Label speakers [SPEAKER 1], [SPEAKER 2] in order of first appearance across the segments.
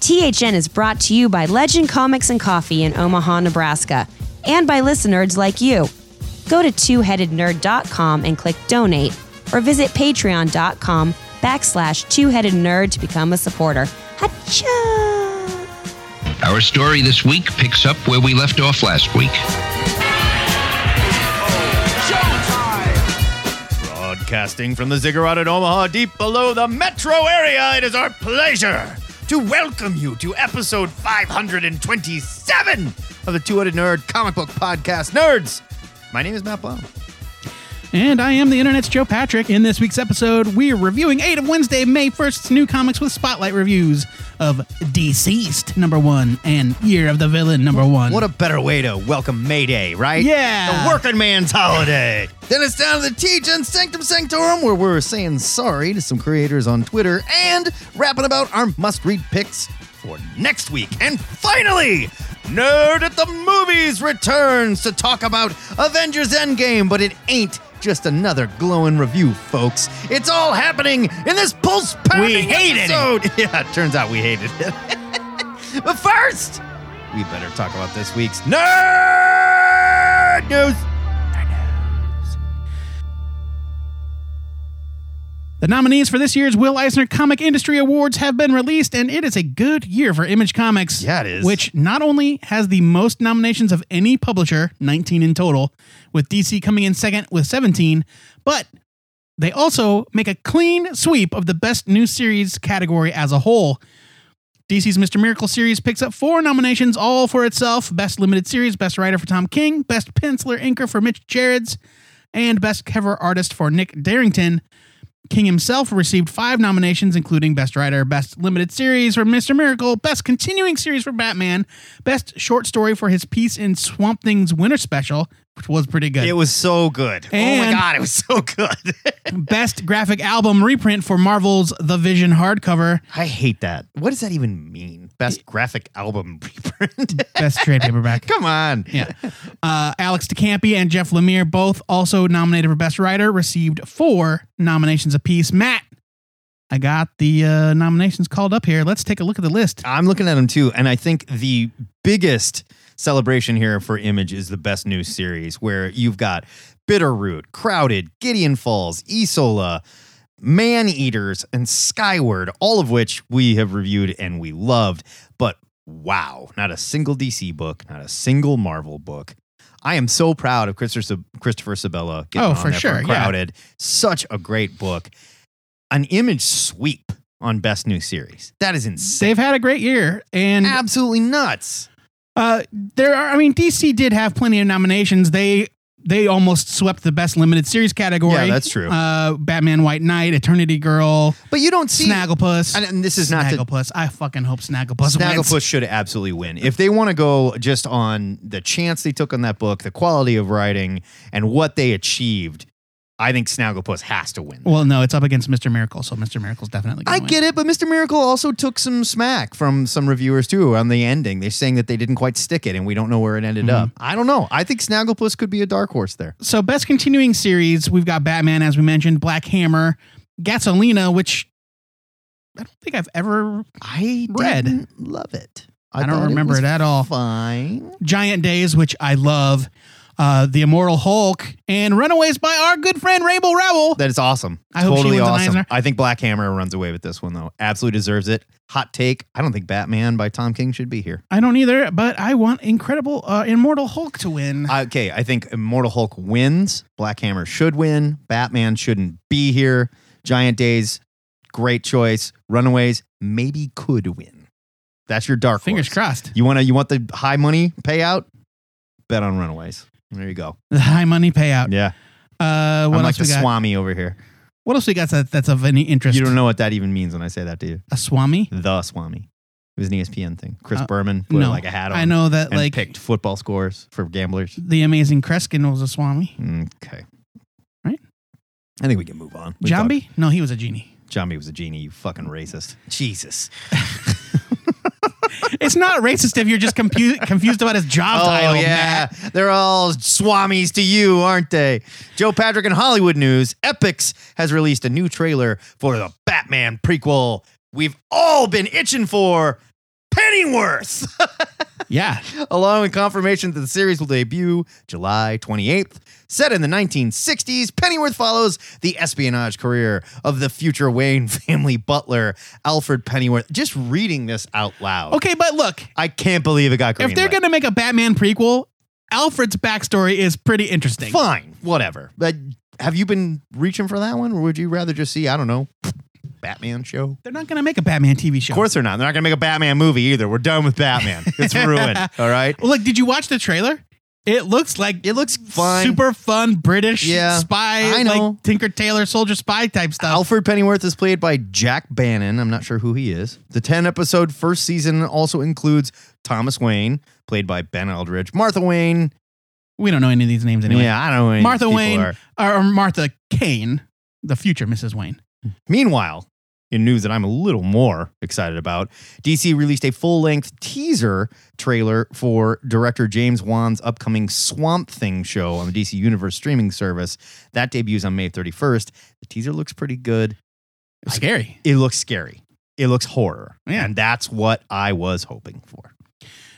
[SPEAKER 1] THN is brought to you by Legend Comics and Coffee in Omaha, Nebraska, and by listeners like you. Go to twoheadednerd.com and click donate, or visit patreon.com backslash twoheadednerd to become a supporter. Hacha!
[SPEAKER 2] Our story this week picks up where we left off last week.
[SPEAKER 3] Broadcasting from the ziggurat at Omaha, deep below the metro area, it is our pleasure to welcome you to episode 527 of the Two Headed Nerd comic book podcast, Nerds. My name is Matt Blum.
[SPEAKER 4] And I am the internet's Joe Patrick. In this week's episode, we're reviewing 8 of Wednesday, May 1st's new comics with spotlight reviews of Deceased, number one, and Year of the Villain, number one.
[SPEAKER 3] What a better way to welcome May Day, right?
[SPEAKER 4] Yeah.
[SPEAKER 3] The working man's holiday. then it's down to the teach on Sanctum Sanctorum, where we're saying sorry to some creators on Twitter and rapping about our must read picks for next week. And finally, Nerd at the Movies returns to talk about Avengers Endgame, but it ain't just another glowing review, folks. It's all happening in this pulse pounding
[SPEAKER 4] hated it.
[SPEAKER 3] episode. Yeah, turns out we hated it. but first, we better talk about this week's nerd news.
[SPEAKER 4] The nominees for this year's Will Eisner Comic Industry Awards have been released, and it is a good year for Image Comics.
[SPEAKER 3] Yeah, it is.
[SPEAKER 4] Which not only has the most nominations of any publisher, 19 in total, with DC coming in second with 17, but they also make a clean sweep of the Best New Series category as a whole. DC's Mr. Miracle series picks up four nominations all for itself Best Limited Series, Best Writer for Tom King, Best Penciler Inker for Mitch Jarrods, and Best Cover Artist for Nick Darrington. King himself received five nominations, including Best Writer, Best Limited Series for Mr. Miracle, Best Continuing Series for Batman, Best Short Story for his piece in Swamp Thing's Winter Special, which was pretty good.
[SPEAKER 3] It was so good. oh my
[SPEAKER 4] And-
[SPEAKER 3] god, it was so good.
[SPEAKER 4] Best Graphic Album reprint for Marvel's The Vision hardcover,
[SPEAKER 3] I hate that. What does that even mean? Best graphic album reprint.
[SPEAKER 4] Best Trade Paperback.
[SPEAKER 3] Come on.
[SPEAKER 4] Yeah. Uh, Alex DeCampi and Jeff Lemire, both also nominated for Best Writer, received four nominations apiece. Matt, I got the uh, nominations called up here. Let's take a look at the list.
[SPEAKER 3] I'm looking at them too, and I think the biggest celebration here for Image is the best new series, where you've got Bitterroot, Crowded, Gideon Falls, Isola, Man Eaters, and Skyward, all of which we have reviewed and we loved. But wow, not a single DC book, not a single Marvel book. I am so proud of Christopher Christopher Sabella. getting
[SPEAKER 4] Oh,
[SPEAKER 3] on
[SPEAKER 4] for
[SPEAKER 3] there
[SPEAKER 4] sure, yeah.
[SPEAKER 3] Crowded, such a great book. An Image sweep on best new series. That is insane
[SPEAKER 4] They've had a great year, and
[SPEAKER 3] absolutely nuts.
[SPEAKER 4] Uh, there are. I mean, DC did have plenty of nominations. They they almost swept the best limited series category.
[SPEAKER 3] Yeah, that's true.
[SPEAKER 4] Uh, Batman, White Knight, Eternity Girl,
[SPEAKER 3] But you don't see
[SPEAKER 4] Snagglepuss.
[SPEAKER 3] and, and this is not to
[SPEAKER 4] Snagglepuss. I fucking hope Snagglepuss. wins.
[SPEAKER 3] Snagglepuss should absolutely win. If they want to go just on the chance they took on that book, the quality of writing, and what they achieved, I think Snagglepuss has to win.
[SPEAKER 4] Well, no, it's up against Mr. Miracle, so Mr. Miracle's definitely. Gonna
[SPEAKER 3] I
[SPEAKER 4] win.
[SPEAKER 3] get it, but Mr. Miracle also took some smack from some reviewers too on the ending. They're saying that they didn't quite stick it, and we don't know where it ended
[SPEAKER 4] Mm-hmm.
[SPEAKER 3] up. I don't know. I think Snagglepuss could be a dark horse there.
[SPEAKER 4] So, best continuing series, we've got Batman, as we mentioned, Black Hammer, Gasolina, which I don't think I've ever.
[SPEAKER 3] I
[SPEAKER 4] Red.
[SPEAKER 3] didn't love it.
[SPEAKER 4] I don't
[SPEAKER 3] thought
[SPEAKER 4] remember
[SPEAKER 3] was
[SPEAKER 4] it at all.
[SPEAKER 3] Fine.
[SPEAKER 4] Giant Days, which I love, uh, The Immortal Hulk, and Runaways by our good friend Rainbow Rowell.
[SPEAKER 3] That is awesome.
[SPEAKER 4] I hope she
[SPEAKER 3] totally
[SPEAKER 4] wins an
[SPEAKER 3] awesome.
[SPEAKER 4] Eisner.
[SPEAKER 3] I think Black Hammer runs away with this one though. Absolutely deserves it. Hot take. I don't think Batman by Tom King should be here.
[SPEAKER 4] I don't either, but I want Incredible uh, Immortal Hulk to win.
[SPEAKER 3] Okay, I think Immortal Hulk wins. Black Hammer should win. Batman shouldn't be here. Giant Days, great choice. Runaways maybe could win. That's your dark
[SPEAKER 4] Fingers
[SPEAKER 3] horse.
[SPEAKER 4] crossed.
[SPEAKER 3] You want to you want the high money payout? Bet on Runaways. There you go.
[SPEAKER 4] The high money payout.
[SPEAKER 3] Yeah.
[SPEAKER 4] Uh, what
[SPEAKER 3] I'm like
[SPEAKER 4] else
[SPEAKER 3] the
[SPEAKER 4] we got?
[SPEAKER 3] swami over here.
[SPEAKER 4] What else we got that, that's of any interest?
[SPEAKER 3] You don't know what that even means when I say that to you.
[SPEAKER 4] a swami?
[SPEAKER 3] The Swami. It was an E ESPN thing. Chris
[SPEAKER 4] Uh,
[SPEAKER 3] Berman put
[SPEAKER 4] no.
[SPEAKER 3] like a hat on.
[SPEAKER 4] I know that
[SPEAKER 3] and
[SPEAKER 4] like
[SPEAKER 3] picked football scores for gamblers.
[SPEAKER 4] the amazing Kreskin was a swami.
[SPEAKER 3] Okay.
[SPEAKER 4] Right.
[SPEAKER 3] I think we can move on. We
[SPEAKER 4] Jambi? No, he was a genie.
[SPEAKER 3] talked- Jambi was a genie, you fucking racist. Jesus.
[SPEAKER 4] it's not racist if you're just compu- confused about his job
[SPEAKER 3] Oh,
[SPEAKER 4] title. Matt.
[SPEAKER 3] They're all swamis to you, aren't they? Joe Patrick in Hollywood News, Epix has released a new trailer for the Batman prequel we've all been itching for. Pennyworth.
[SPEAKER 4] Yeah.
[SPEAKER 3] along with confirmation that the series will debut July 28th. Set in the 1960s, Pennyworth follows the espionage career of the future Wayne family butler, Alfred Pennyworth. Just reading this out loud.
[SPEAKER 4] Okay, but look,
[SPEAKER 3] I can't believe it got greenlit.
[SPEAKER 4] if they're going to make a Batman prequel, Alfred's backstory is pretty interesting.
[SPEAKER 3] Fine, whatever. But have you been reaching for that one, or would you rather just see, I don't know, Batman show?
[SPEAKER 4] They're not going to make a Batman TV show.
[SPEAKER 3] Of course they're not. They're not going to make a Batman movie either. We're done with Batman. It's ruined. all right.
[SPEAKER 4] Well, look, did you watch the trailer? It looks like
[SPEAKER 3] It looks fine.
[SPEAKER 4] super fun British
[SPEAKER 3] Yeah,
[SPEAKER 4] spy,
[SPEAKER 3] I know.
[SPEAKER 4] like Tinker Tailor soldier spy type stuff.
[SPEAKER 3] Alfred Pennyworth is played by Jack Bannon. I'm not sure who he is. The 10 episode first season also includes Thomas Wayne, played by Ben Eldridge, Martha Wayne.
[SPEAKER 4] we don't know any of these names anyway.
[SPEAKER 3] Yeah, I don't know. who any
[SPEAKER 4] Martha
[SPEAKER 3] people
[SPEAKER 4] Wayne
[SPEAKER 3] are.
[SPEAKER 4] or, or Martha Kane, the future Mrs. Wayne.
[SPEAKER 3] Meanwhile, in news that I'm a little more excited about, DC released a full length teaser trailer for director James Wan's upcoming Swamp Thing show on the DC Universe streaming service. That debuts on May 31st. The teaser looks pretty good.
[SPEAKER 4] It's scary.
[SPEAKER 3] It looks scary. It looks horror.
[SPEAKER 4] Yeah.
[SPEAKER 3] And that's what I was hoping for.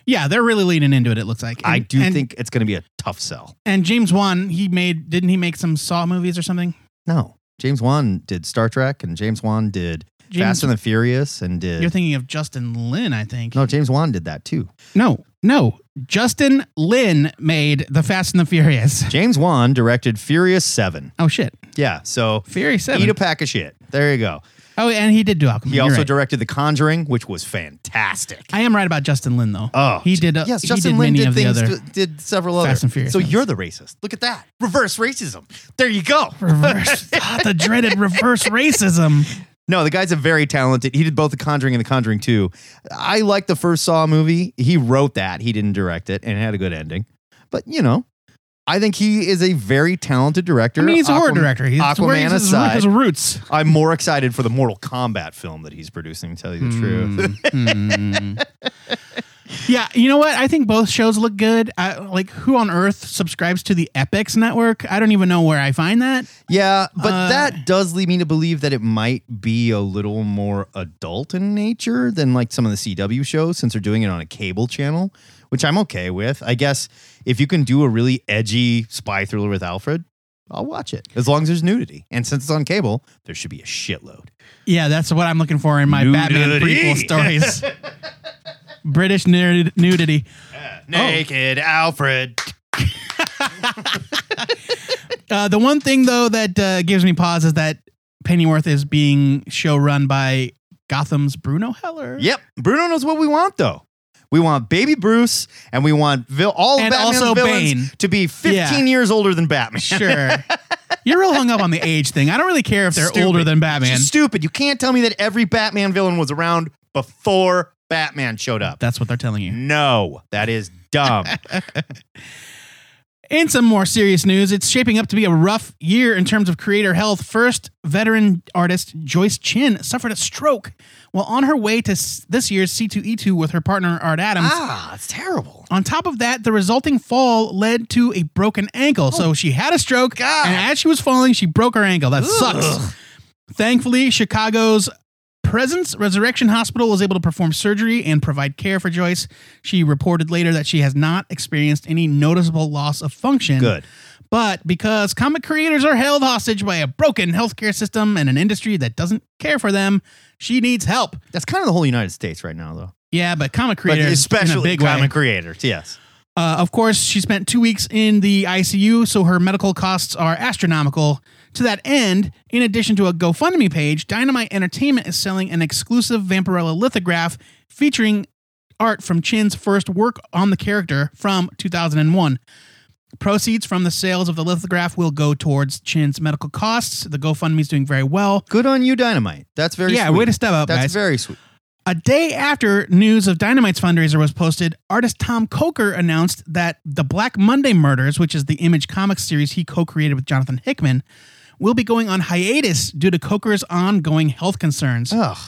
[SPEAKER 4] Yeah, they're really leaning into it. It looks like.
[SPEAKER 3] I
[SPEAKER 4] And-
[SPEAKER 3] do
[SPEAKER 4] and-
[SPEAKER 3] think it's going to be a tough sell.
[SPEAKER 4] And James Wan, he made didn't he make some Saw movies or something?
[SPEAKER 3] No, James Wan did Star Trek, and James Wan did
[SPEAKER 4] James,
[SPEAKER 3] Fast and the Furious, and did Uh,
[SPEAKER 4] you're thinking of Justin Lin, I think.
[SPEAKER 3] no, James Wan did that too.
[SPEAKER 4] no, no. Justin Lin made the Fast and the Furious.
[SPEAKER 3] James Wan directed Furious Seven.
[SPEAKER 4] Oh shit,
[SPEAKER 3] Yeah, so
[SPEAKER 4] Furious Seven.
[SPEAKER 3] eat a pack of shit. There you go.
[SPEAKER 4] oh, and he did do Aquaman.
[SPEAKER 3] He
[SPEAKER 4] You're
[SPEAKER 3] also
[SPEAKER 4] right.
[SPEAKER 3] directed The Conjuring, which was fantastic.
[SPEAKER 4] I am right about Justin Lin though.
[SPEAKER 3] Oh,
[SPEAKER 4] he did. Uh,
[SPEAKER 3] yes,
[SPEAKER 4] he
[SPEAKER 3] Justin
[SPEAKER 4] did
[SPEAKER 3] Lin
[SPEAKER 4] many
[SPEAKER 3] did
[SPEAKER 4] of the
[SPEAKER 3] things,
[SPEAKER 4] other.
[SPEAKER 3] d- did several others.
[SPEAKER 4] Fast and Furious
[SPEAKER 3] So
[SPEAKER 4] films.
[SPEAKER 3] you're the racist. Look at that reverse racism. There you go.
[SPEAKER 4] Reverse, Ah, the dreaded reverse racism.
[SPEAKER 3] No, the guy's a very talented. He did both The Conjuring and The Conjuring 2. I like the first Saw movie. He wrote that. He didn't direct it and it had a good ending. But, you know, I think he is a very talented director.
[SPEAKER 4] I mean, he's a horror
[SPEAKER 3] Aquam-
[SPEAKER 4] director. He's where
[SPEAKER 3] Aquaman
[SPEAKER 4] he's his,
[SPEAKER 3] aside,
[SPEAKER 4] his roots.
[SPEAKER 3] I'm more excited for the Mortal Kombat film that he's producing, to tell you the
[SPEAKER 4] Hmm.
[SPEAKER 3] truth.
[SPEAKER 4] Mm, mm. yeah, you know what? I think both shows look good. I, like, who on earth subscribes to the Epics Network? I don't even know where I find that.
[SPEAKER 3] Yeah, but
[SPEAKER 4] Uh,
[SPEAKER 3] that does lead me to believe that it might be a little more adult in nature than like some of the CW shows since they're doing it on a cable channel, which I'm okay with. I guess if you can do a really edgy spy thriller with Alfred, I'll watch it as long as there's nudity. And since it's on cable, there should be a shitload.
[SPEAKER 4] Yeah, that's what I'm looking for in my Batman
[SPEAKER 3] Nudity.
[SPEAKER 4] prequel stories. British nud- nudity.
[SPEAKER 3] Naked Alfred.
[SPEAKER 4] Uh, the one thing though that uh, gives me pause is that Pennyworth is being show run by Gotham's Bruno Heller.
[SPEAKER 3] Yep. Bruno knows what we want though. We want baby Bruce and we want vil- all of
[SPEAKER 4] And
[SPEAKER 3] Batman's
[SPEAKER 4] also
[SPEAKER 3] villains
[SPEAKER 4] Bane.
[SPEAKER 3] to be 15
[SPEAKER 4] Yeah.
[SPEAKER 3] years older than Batman.
[SPEAKER 4] Sure. You're real hung up on the age thing. I don't really care if they're
[SPEAKER 3] Stupid.
[SPEAKER 4] older than Batman.
[SPEAKER 3] It's just stupid. You can't tell me that every Batman villain was around before Batman showed up.
[SPEAKER 4] That's what they're telling you.
[SPEAKER 3] No, that is dumb.
[SPEAKER 4] In some more serious news, it's shaping up to be a rough year in terms of creator health. First, veteran artist Joyce Chin suffered a stroke while on her way to s- this year's C2E2 with her partner Art Adams.
[SPEAKER 3] ah, it's terrible.
[SPEAKER 4] On top of that, the resulting fall led to a broken ankle. so she had a stroke,
[SPEAKER 3] Oh God.
[SPEAKER 4] and as she was falling, she broke her ankle. That sucks. Thankfully, Chicago's Presence Resurrection Hospital was able to perform surgery and provide care for Joyce. She reported later that she has not experienced any noticeable loss of function.
[SPEAKER 3] Good.
[SPEAKER 4] But because comic creators are held hostage by a broken healthcare system and an industry that doesn't care for them, she needs help.
[SPEAKER 3] That's kind of the whole United States right now, though.
[SPEAKER 4] Yeah, but comic
[SPEAKER 3] But
[SPEAKER 4] creators, in a
[SPEAKER 3] especially
[SPEAKER 4] big
[SPEAKER 3] comic
[SPEAKER 4] way.
[SPEAKER 3] creators. Yes.
[SPEAKER 4] Uh, of course, she spent two weeks in the ICU, so her medical costs are astronomical. To that end, in addition to a GoFundMe page, Dynamite Entertainment is selling an exclusive Vampirella lithograph featuring art from Chin's first work on the character from 2001. Proceeds from the sales of the lithograph will go towards Chin's medical costs. The GoFundMe is doing very well.
[SPEAKER 3] Good on you, Dynamite. That's very
[SPEAKER 4] yeah,
[SPEAKER 3] sweet.
[SPEAKER 4] way to step up,
[SPEAKER 3] That's
[SPEAKER 4] guys.
[SPEAKER 3] very sweet.
[SPEAKER 4] A day after news of Dynamite's fundraiser was posted, artist Tom Coker announced that the Black Monday Murders, which is the Image Comics series he co created with Jonathan Hickman, will be going on hiatus due to Coker's ongoing health concerns.
[SPEAKER 3] Ugh.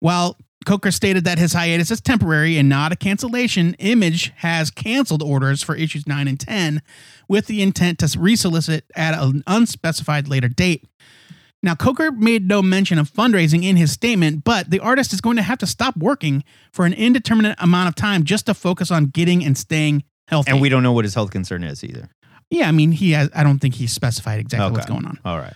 [SPEAKER 4] While Coker stated that his hiatus is temporary and not a cancellation, Image has canceled orders for issues 9 and 10 with the intent to resolicit at an unspecified later date. Now, Coker made no mention of fundraising in his statement, but the artist is going to have to stop working for an indeterminate amount of time just to focus on getting and staying healthy.
[SPEAKER 3] And we don't know what his health concern is either.
[SPEAKER 4] yeah, I mean, he has, I don't think he specified exactly what's
[SPEAKER 3] Okay.
[SPEAKER 4] going on.
[SPEAKER 3] All right.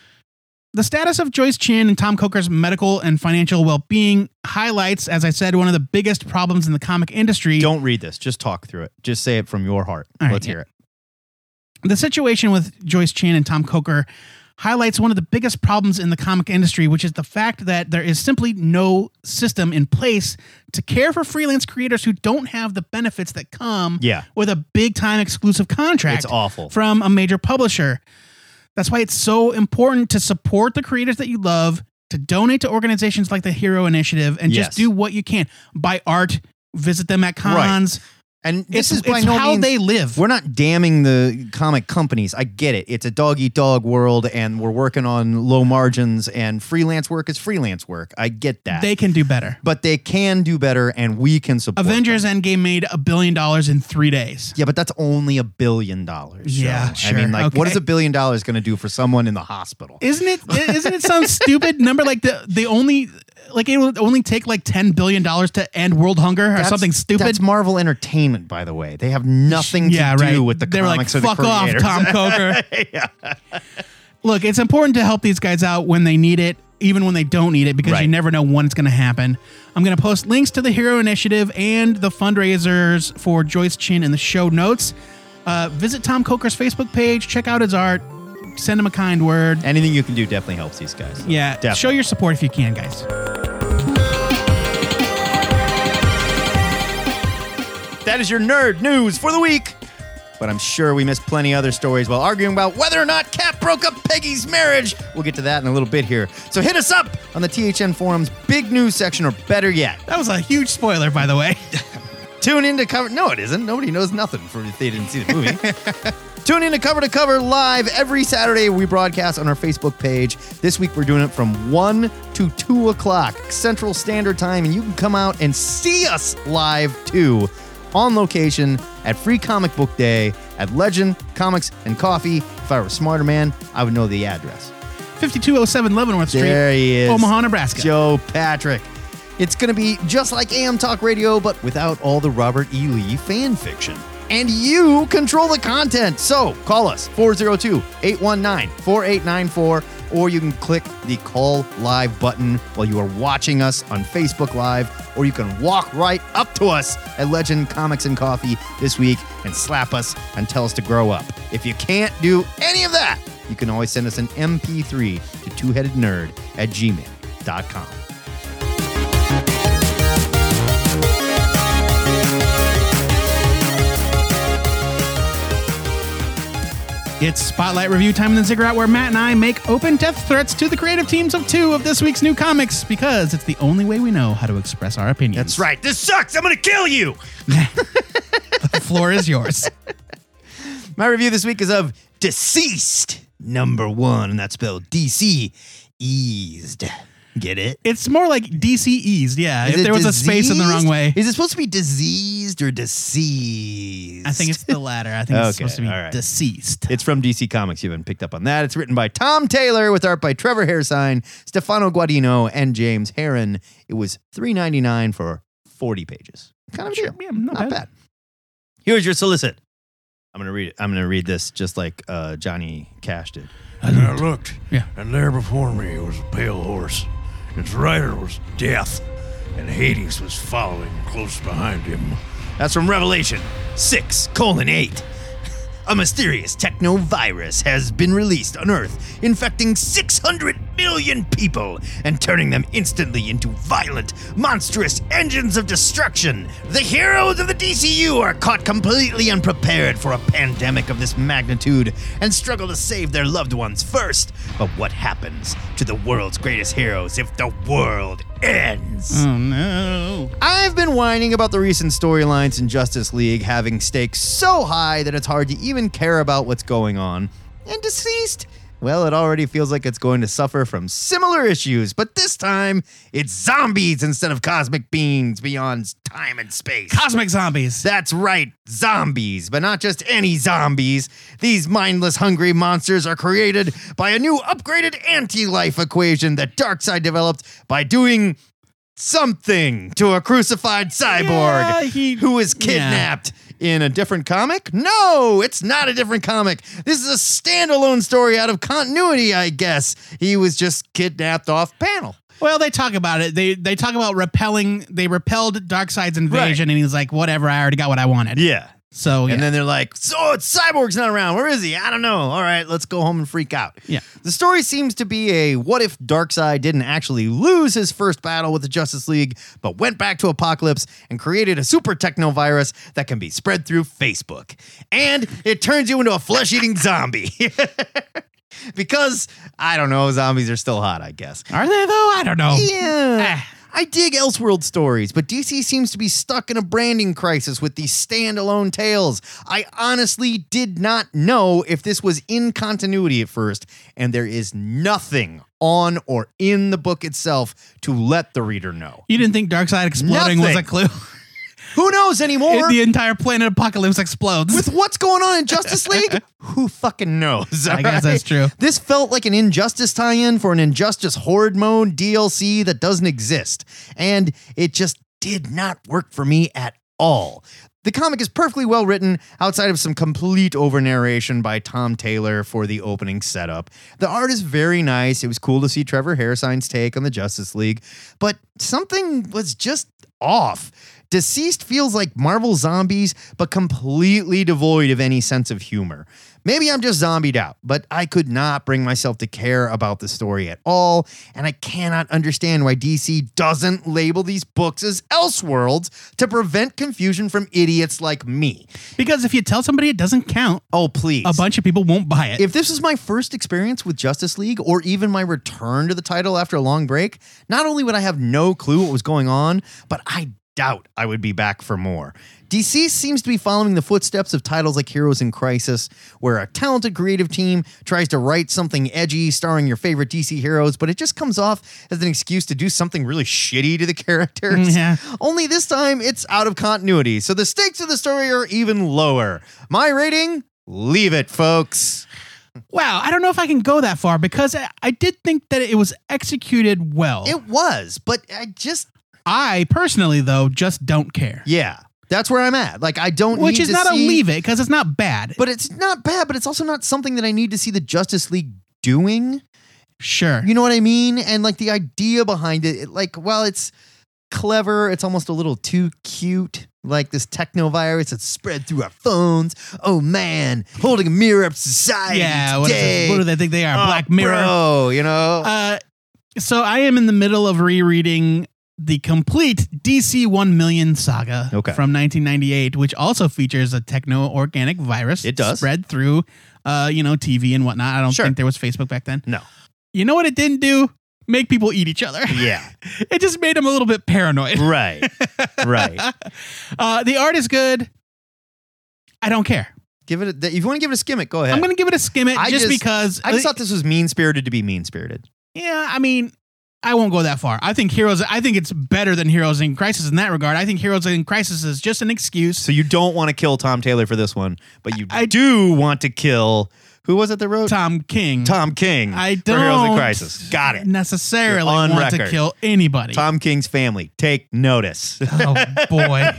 [SPEAKER 4] The status of Joyce Chin and Tom Coker's medical and financial well being highlights, as I said, one of the biggest problems in the comic industry.
[SPEAKER 3] Don't read this. Just talk through it. Just say it from your heart.
[SPEAKER 4] All right,
[SPEAKER 3] Let's
[SPEAKER 4] yeah.
[SPEAKER 3] hear it.
[SPEAKER 4] The situation with Joyce Chan and Tom Coker highlights one of the biggest problems in the comic industry, which is the fact that there is simply no system in place to care for freelance creators who don't have the benefits that come
[SPEAKER 3] Yeah.
[SPEAKER 4] with a big time exclusive contract
[SPEAKER 3] It's awful.
[SPEAKER 4] from a major publisher. That's why it's so important to support the creators that you love, to donate to organizations like the Hero Initiative, and
[SPEAKER 3] Yes.
[SPEAKER 4] just do what you can. Buy art, visit them at
[SPEAKER 3] Right.
[SPEAKER 4] cons.
[SPEAKER 3] and this
[SPEAKER 4] it's
[SPEAKER 3] is by
[SPEAKER 4] it's
[SPEAKER 3] no
[SPEAKER 4] how
[SPEAKER 3] means
[SPEAKER 4] they live.
[SPEAKER 3] We're not damning the comic companies. I get it. It's a dog eat dog world, and we're working on low margins, and freelance work is freelance work. I get that.
[SPEAKER 4] They can do better.
[SPEAKER 3] but they can do better, and we can support. them.
[SPEAKER 4] Avengers Endgame made a billion dollars in three days.
[SPEAKER 3] Yeah, but that's only a billion dollars. so,
[SPEAKER 4] Yeah,
[SPEAKER 3] I
[SPEAKER 4] sure.
[SPEAKER 3] mean, like, what
[SPEAKER 4] Okay.
[SPEAKER 3] is a billion dollars going to do for someone in the hospital?
[SPEAKER 4] Isn't it? Isn't it some stupid number? Like the they only like it would only take like ten billion dollars to end world hunger or
[SPEAKER 3] That's-
[SPEAKER 4] something stupid.
[SPEAKER 3] That's Marvel Entertainment, by the way. They have nothing to
[SPEAKER 4] Yeah,
[SPEAKER 3] do
[SPEAKER 4] right.
[SPEAKER 3] with the
[SPEAKER 4] They were like,
[SPEAKER 3] comics or
[SPEAKER 4] "Fuck
[SPEAKER 3] the
[SPEAKER 4] off,
[SPEAKER 3] creators."
[SPEAKER 4] Tom Coker.
[SPEAKER 3] yeah.
[SPEAKER 4] Look, it's important to help these guys out when they need it, even when they don't need it, because you
[SPEAKER 3] Right.
[SPEAKER 4] never know when it's going to happen. I'm going to post links to the Hero Initiative and the fundraisers for Joyce Chin in the show notes. Uh, visit Tom Coker's Facebook page, check out his art, send him a kind word.
[SPEAKER 3] Anything you can do definitely helps these guys.
[SPEAKER 4] Yeah,
[SPEAKER 3] Definitely.
[SPEAKER 4] show your support if you can, guys.
[SPEAKER 3] That is your nerd news for the week. But I'm sure we missed plenty other stories while arguing about whether or not Cap broke up Peggy's marriage. We'll get to that in a little bit here. So hit us up on the THN Forum's big news section, or better yet,
[SPEAKER 4] That was a huge spoiler, by the way.
[SPEAKER 3] Tune in to cover. No, it isn't. Nobody knows nothing for if they didn't see the movie. Tune in to Cover to Cover live every Saturday. We broadcast on our Facebook page. This week we're doing it from 1 to 2 o'clock Central Standard Time, and you can come out and see us live too on location at Free Comic Book Day at Legend, Comics, and Coffee. If I were a smarter man, I would know the address.
[SPEAKER 4] 5207 Leavenworth Street,
[SPEAKER 3] There he is.
[SPEAKER 4] Omaha, Nebraska.
[SPEAKER 3] Joe Patrick. It's going to be just like AM Talk Radio, but without all the Robert E. Lee fan fiction. And you control the content. So call us 402 819 4894, or you can click the call live button while you are watching us on Facebook Live, or you can walk right up to us at Legend Comics and Coffee this week and slap us and tell us to grow up. If you can't do any of that, you can always send us an MP3 to twoheadednerd at gmail.com.
[SPEAKER 4] It's spotlight review time in the Ziggurat, where Matt and I make open death threats to the creative teams of two of this week's new comics because it's the only way we know how to express our opinions.
[SPEAKER 3] That's right. This sucks. I'm going to kill you.
[SPEAKER 4] The floor is yours.
[SPEAKER 3] My review this week is of Deceased number one, and that's spelled DC eased. Get it?
[SPEAKER 4] It's more like DCEs, yeah.
[SPEAKER 3] Is
[SPEAKER 4] if
[SPEAKER 3] it
[SPEAKER 4] there was a space in the wrong
[SPEAKER 3] diseased?
[SPEAKER 4] way,
[SPEAKER 3] Is it supposed to be diseased or deceased?
[SPEAKER 4] I think it's the latter. I think
[SPEAKER 3] Okay,
[SPEAKER 4] it's supposed to be
[SPEAKER 3] all right.
[SPEAKER 4] deceased.
[SPEAKER 3] It's from DC Comics. You haven't picked up on that. It's written by Tom Taylor with art by Trevor Hairsine, Stefano Guadino, and James Heron. It was three ninety nine for forty pages. Kind of a deal.
[SPEAKER 4] Yeah, not,
[SPEAKER 3] Not bad. Here's your solicit. I'm gonna read it. I'm gonna read this just like uh, Johnny Cash did.
[SPEAKER 5] And I looked,
[SPEAKER 4] Yeah.
[SPEAKER 5] and there before me was a pale horse. Its rider was Death, and Hades was following close behind him.
[SPEAKER 3] That's from Revelation 6 colon 8. A mysterious techno virus has been released on Earth, infecting 600 million people and turning them instantly into violent, monstrous engines of destruction. The heroes of the DCU are caught completely unprepared for a pandemic of this magnitude and struggle to save their loved ones first. But what happens to the world's greatest heroes if the world ends?
[SPEAKER 4] Oh, no.
[SPEAKER 3] I've been whining about the recent storylines in Justice League having stakes so high that it's hard to even care about what's going on. And Deceased Well, it already feels like it's going to suffer from similar issues, but this time it's zombies instead of cosmic beings beyond time and space.
[SPEAKER 4] Cosmic zombies.
[SPEAKER 3] That's right, zombies, but not just any zombies. These mindless, hungry monsters are created by a new upgraded anti life equation that Darkseid developed by doing something to a crucified cyborg
[SPEAKER 4] Yeah, he-
[SPEAKER 3] who was
[SPEAKER 4] yeah.
[SPEAKER 3] kidnapped. In a different comic? No, it's not a different comic. This is a standalone story out of continuity, I guess. He was just kidnapped off panel.
[SPEAKER 4] Well, they talk about it. They they talk about repelling. They repelled Darkseid's invasion, and he's like, "Whatever, I already got what I wanted."
[SPEAKER 3] Yeah.
[SPEAKER 4] So Oh, yeah.
[SPEAKER 3] And then they're like, so it's Cyborg's not around. Where is he? I don't know. All right, let's go home and freak out.
[SPEAKER 4] Yeah.
[SPEAKER 3] The story seems to be a what if Darkseid didn't actually lose his first battle with the Justice League, but went back to Apocalypse and created a super techno virus that can be spread through Facebook. And it turns you into a flesh eating zombie. because, I don't know, zombies are still hot, I guess.
[SPEAKER 4] are they though? I don't know.
[SPEAKER 3] Yeah.
[SPEAKER 4] Ah.
[SPEAKER 3] I dig Elseworld stories, but DC seems to be stuck in a branding crisis with these standalone tales. I honestly did not know if this was in continuity at first, and there is nothing on or in the book itself to let the reader know.
[SPEAKER 4] You didn't think Darkseid exploding was a
[SPEAKER 3] Nothing.
[SPEAKER 4] clue?
[SPEAKER 3] Who knows anymore?
[SPEAKER 4] the entire planet apocalypse explodes.
[SPEAKER 3] with what's going on in Justice League? Who fucking knows?
[SPEAKER 4] I guess that's true.
[SPEAKER 3] This felt like an Injustice tie in for an Injustice Horde Mode DLC that doesn't exist. And it just did not work for me at all. The comic is perfectly well written outside of some complete over narration by Tom Taylor for the opening setup. The art is very nice. It was cool to see Trevor Harrison's take on the Justice League, but something was just off. Deceased feels like Marvel zombies, but completely devoid of any sense of humor. Maybe I'm just zombied out, but I could not bring myself to care about the story at all, and I cannot understand why DC doesn't label these books as Elseworlds to prevent confusion from idiots like me.
[SPEAKER 4] Because if you tell somebody it doesn't count,
[SPEAKER 3] Oh, please.
[SPEAKER 4] a bunch of people won't buy it.
[SPEAKER 3] If this was my first experience with Justice League or even my return to the title after a long break, not only would I have no clue what was going on, but I doubt I would be back for more. DC seems to be following the footsteps of titles like Heroes in Crisis, where a talented creative team tries to write something edgy starring your favorite DC heroes, but it just comes off as an excuse to do something really shitty to the characters.
[SPEAKER 4] Yeah.
[SPEAKER 3] Only this time it's out of continuity, so the stakes of the story are even lower. My rating? Leave it, folks.
[SPEAKER 4] wow, I don't know if I can go that far because I, I did think that it was executed well.
[SPEAKER 3] It was, but I just
[SPEAKER 4] I personally though just don't care.
[SPEAKER 3] yeah, that's where I'm at. Like I don't,
[SPEAKER 4] Which
[SPEAKER 3] need
[SPEAKER 4] is
[SPEAKER 3] to
[SPEAKER 4] not
[SPEAKER 3] see,
[SPEAKER 4] a leave it because it's not bad.
[SPEAKER 3] but it's not bad. But it's also not something that I need to see the Justice League doing.
[SPEAKER 4] sure.
[SPEAKER 3] You know what I mean? And like the idea behind it, it like well, it's clever. It's almost a little too cute. Like this techno virus that's spread through our phones. Oh man, holding a mirror up to society.
[SPEAKER 4] yeah, what, is
[SPEAKER 3] today.
[SPEAKER 4] this? what do they think they are?
[SPEAKER 3] Oh,
[SPEAKER 4] Black Mirror.
[SPEAKER 3] bro, you know.
[SPEAKER 4] Uh, so I am in the middle of rereading the complete DC 1 million saga
[SPEAKER 3] Okay.
[SPEAKER 4] from 1998, which also features a techno organic virus.
[SPEAKER 3] It does.
[SPEAKER 4] Spread through, uh, you know, TV and whatnot. I don't
[SPEAKER 3] Sure.
[SPEAKER 4] think there was Facebook back then.
[SPEAKER 3] no.
[SPEAKER 4] You know what it didn't do? Make people eat each other.
[SPEAKER 3] Yeah.
[SPEAKER 4] it just made them a little bit paranoid.
[SPEAKER 3] right. Right.
[SPEAKER 4] Uh, the art is good. I don't care.
[SPEAKER 3] Give it. A, if you want to give it a skim, it go ahead.
[SPEAKER 4] I'm going to give it a skim it
[SPEAKER 3] I
[SPEAKER 4] just,
[SPEAKER 3] just-
[SPEAKER 4] because.
[SPEAKER 3] I just thought this was mean spirited to be mean spirited.
[SPEAKER 4] Yeah, I mean, I won't go that far. I think Heroes. I think it's better than Heroes in Crisis in that regard. I think Heroes in Crisis is just an excuse.
[SPEAKER 3] So you don't want to kill Tom Taylor for this one, but you
[SPEAKER 4] I-
[SPEAKER 3] do want to kill who was it that wrote
[SPEAKER 4] Tom King.
[SPEAKER 3] Tom King
[SPEAKER 4] I
[SPEAKER 3] for Heroes in
[SPEAKER 4] don't
[SPEAKER 3] Crisis. Got it.
[SPEAKER 4] necessarily
[SPEAKER 3] You're on
[SPEAKER 4] want to
[SPEAKER 3] record.
[SPEAKER 4] kill anybody.
[SPEAKER 3] Tom King's family. Take notice.
[SPEAKER 4] Oh boy,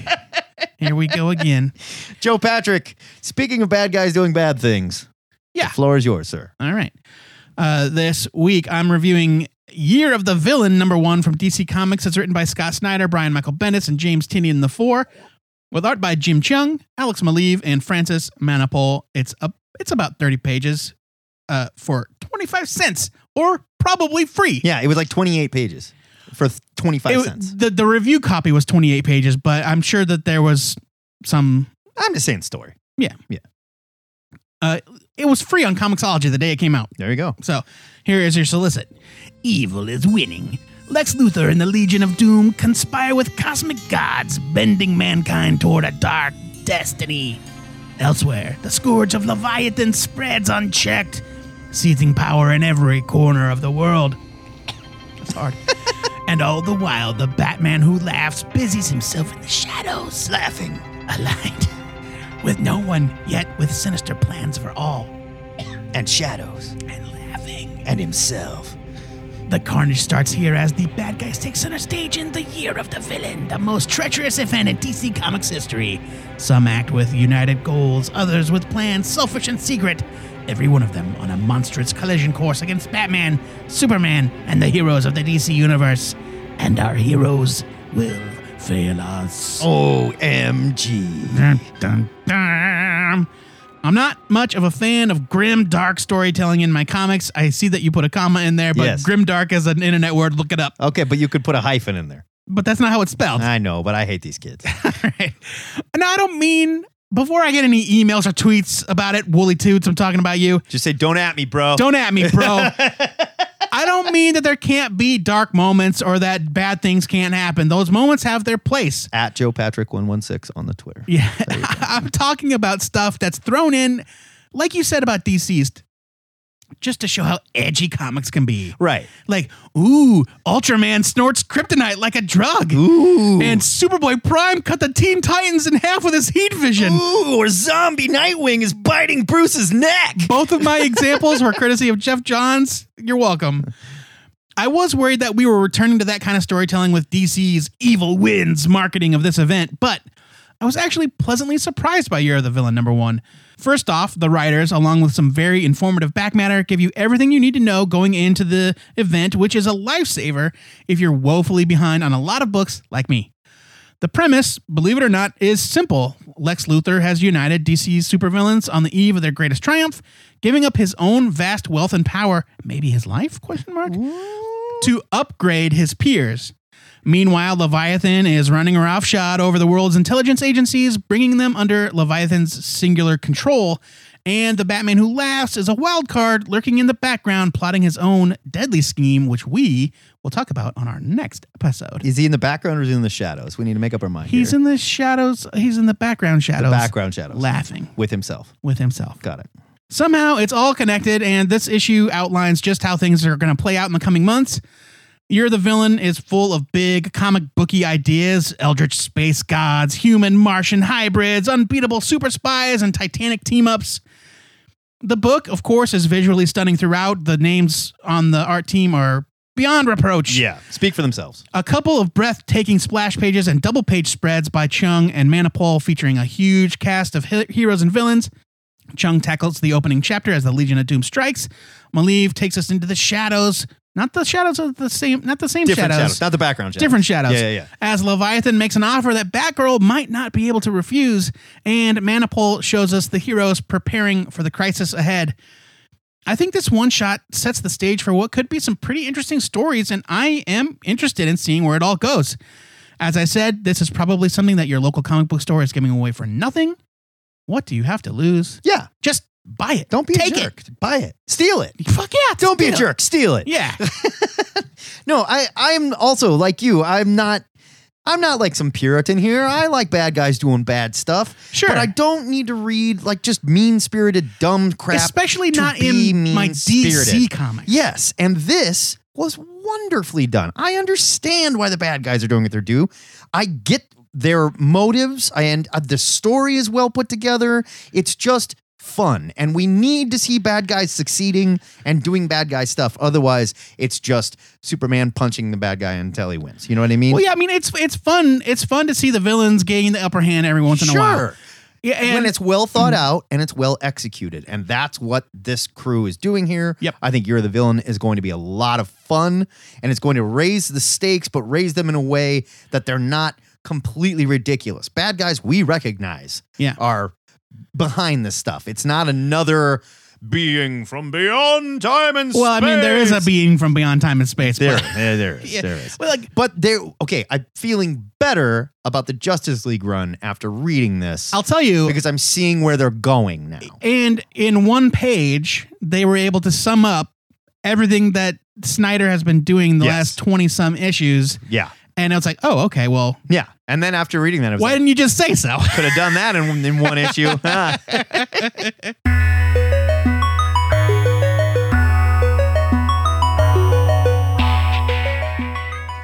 [SPEAKER 4] here we go again.
[SPEAKER 3] Joe Patrick. Speaking of bad guys doing bad things.
[SPEAKER 4] Yeah.
[SPEAKER 3] The floor is yours, sir.
[SPEAKER 4] All right. Uh, this week, I'm reviewing Year of the Villain, number one from DC Comics. It's written by Scott Snyder, Brian Michael Bendis, and James Tinney in the Four, with art by Jim Chung, Alex Maleev, and Francis Manipal. It's up. It's about 30 pages, uh, for 25 cents or probably free.
[SPEAKER 3] Yeah, it was like 28 pages for th- 25
[SPEAKER 4] It-
[SPEAKER 3] cents.
[SPEAKER 4] the the review copy was 28 pages, but I'm sure that there was some.
[SPEAKER 3] I'm just saying story.
[SPEAKER 4] Uh, it was free on Comixology the day it came out.
[SPEAKER 3] There you go.
[SPEAKER 4] So here is your solicit Evil is winning. Lex Luthor and the Legion of Doom conspire with cosmic gods, bending mankind toward a dark destiny. Elsewhere, the scourge of Leviathan spreads unchecked, seizing power in every corner of the world. That's hard. and all the while, the Batman who laughs busies himself in the shadows, laughing aligned with no one, yet with sinister plans for all.
[SPEAKER 3] and shadows
[SPEAKER 4] And laughing.
[SPEAKER 3] and himself.
[SPEAKER 4] The carnage starts here as the bad guys take center stage in the year of the villain, the most treacherous event in DC Comics history. Some act with united goals, others with plans selfish and secret, every one of them on a monstrous collision course against Batman, Superman, and the heroes of the DC Universe. And our heroes will fail us.
[SPEAKER 3] OMG.
[SPEAKER 4] Dun, dun, dun. I'm not much of a fan of grim dark storytelling in my comics. I see that you put a comma in there, but
[SPEAKER 3] Yes. Oh.
[SPEAKER 4] grim dark is an internet word. Look it up.
[SPEAKER 3] Okay, but you could put a hyphen in there.
[SPEAKER 4] But that's not how it's spelled.
[SPEAKER 3] I know, but I hate these kids.
[SPEAKER 4] Right. No, I don't mean before I get any emails or tweets about it, Wooly Toots, I'm talking about you.
[SPEAKER 3] Just say, don't at me, bro.
[SPEAKER 4] Don't at me, bro. I don't mean that there can't be dark moments or that bad things can't happen. Those moments have their place.
[SPEAKER 3] At Joe Patrick 116 on the Twitter.
[SPEAKER 4] Yeah. I'm talking about stuff that's thrown in, like you said about deceased, just to show how edgy comics can be.
[SPEAKER 3] Right.
[SPEAKER 4] Like, ooh, Ultraman snorts kryptonite like a drug.
[SPEAKER 3] Ooh.
[SPEAKER 4] And Superboy Prime cut the Teen Titans in half with his heat vision.
[SPEAKER 3] Ooh, or zombie Nightwing is biting Bruce's neck.
[SPEAKER 4] Both of my examples were courtesy of Jeff Johns. You're welcome. I was worried that we were returning to that kind of storytelling with DC's evil wins marketing of this event, but I was actually pleasantly surprised by Year of the Villain number one. First off, the writers, along with some very informative back matter, give you everything you need to know going into the event, which is a lifesaver if you're woefully behind on a lot of books like me. The premise, believe it or not, is simple. Lex Luthor has united DC's supervillains on the eve of their greatest triumph, giving up his own vast wealth and power, maybe his life, question mark, to upgrade his peers. Meanwhile, Leviathan is running roughshod over the world's intelligence agencies, bringing them under Leviathan's singular control. And the Batman who laughs is a wild card lurking in the background, plotting his own deadly scheme, which we will talk about on our next episode.
[SPEAKER 3] Is he in the background or is he in the shadows? We need to make up our mind.
[SPEAKER 4] He's
[SPEAKER 3] here.
[SPEAKER 4] in the shadows. He's in the background shadows.
[SPEAKER 3] background shadows
[SPEAKER 4] Laughing
[SPEAKER 3] with himself.
[SPEAKER 4] with himself.
[SPEAKER 3] Got it.
[SPEAKER 4] Somehow it's all connected, and this issue outlines just how things are going to play out in the coming months. You're the Villain is full of big comic booky ideas eldritch space gods, human Martian hybrids, unbeatable super spies, and titanic team ups. The book, of course, is visually stunning throughout. The names on the art team are beyond reproach.
[SPEAKER 3] Yeah. Speak for themselves.
[SPEAKER 4] A couple of breathtaking splash pages and double page spreads by Chung and Manipal featuring a huge cast of he- heroes and villains. Chung tackles the opening chapter as the Legion of Doom strikes. Maliv takes us into the shadows. Not the shadows of the same, not the same
[SPEAKER 3] Different shadows.
[SPEAKER 4] shadows.
[SPEAKER 3] Not the background shadows.
[SPEAKER 4] Different shadows.
[SPEAKER 3] Yeah, yeah, yeah.
[SPEAKER 4] As Leviathan makes an offer that Batgirl might not be able to refuse, and Manipul shows us the heroes preparing for the crisis ahead. I think this one shot sets the stage for what could be some pretty interesting stories, and I am interested in seeing where it all goes. As I said, this is probably something that your local comic book store is giving away for nothing. What do you have to lose?
[SPEAKER 3] Yeah.
[SPEAKER 4] Just buy it.
[SPEAKER 3] Don't be
[SPEAKER 4] Take
[SPEAKER 3] a jerk. Buy it. Steal it.
[SPEAKER 4] It. Fuck yeah.
[SPEAKER 3] Don't be a
[SPEAKER 4] steal it.
[SPEAKER 3] jerk. Steal it.
[SPEAKER 4] Yeah.
[SPEAKER 3] No, I I'm also like you. I'm not I'm not like some Puritan here. I like bad guys doing bad stuff.
[SPEAKER 4] Sure.
[SPEAKER 3] But I don't need to read like just mean spirited dumb crap.
[SPEAKER 4] Especially
[SPEAKER 3] to
[SPEAKER 4] not
[SPEAKER 3] be
[SPEAKER 4] in my
[SPEAKER 3] mean-spirited.
[SPEAKER 4] DC comics.
[SPEAKER 3] Yes, and this was wonderfully done. I understand why the bad guys are doing what they're do. I get their motives, and uh, the story is well put together. It's just fun, and we need to see bad guys succeeding and doing bad guy stuff. Otherwise, it's just Superman punching the bad guy until he wins. You know what I mean?
[SPEAKER 4] Well, yeah, I mean it's it's fun. It's fun to see the villains gain the upper hand every once in a while.
[SPEAKER 3] sure.
[SPEAKER 4] Yeah, and Mm-hmm.
[SPEAKER 3] when it's well thought out and it's well executed. And that's what this crew is doing here.
[SPEAKER 4] Yep.
[SPEAKER 3] I think You're the Villain is going to be a lot of fun and it's going to raise the stakes, but raise them in a way that they're not completely ridiculous. Bad guys we recognize
[SPEAKER 4] Yeah.
[SPEAKER 3] are behind this stuff. It's not another being from beyond time and
[SPEAKER 4] well, I mean there is a
[SPEAKER 3] space.
[SPEAKER 4] being from beyond time and space.
[SPEAKER 3] There,
[SPEAKER 4] but-
[SPEAKER 3] there, there is.
[SPEAKER 4] Yeah.
[SPEAKER 3] There is.
[SPEAKER 4] Well, like
[SPEAKER 3] But there, okay, I'm feeling better about the Justice League run after reading this
[SPEAKER 4] I'll tell you,
[SPEAKER 3] because I'm seeing where they're going now.
[SPEAKER 4] and in one page they were able to sum up everything that Snyder has been doing the
[SPEAKER 3] Yes.
[SPEAKER 4] last twenty some issues,
[SPEAKER 3] Yeah.
[SPEAKER 4] and I was like, oh, okay, well,
[SPEAKER 3] Yeah. And then after reading that, I was
[SPEAKER 4] why
[SPEAKER 3] like,
[SPEAKER 4] didn't you just say so?
[SPEAKER 3] could have done that in, in one issue. Huh.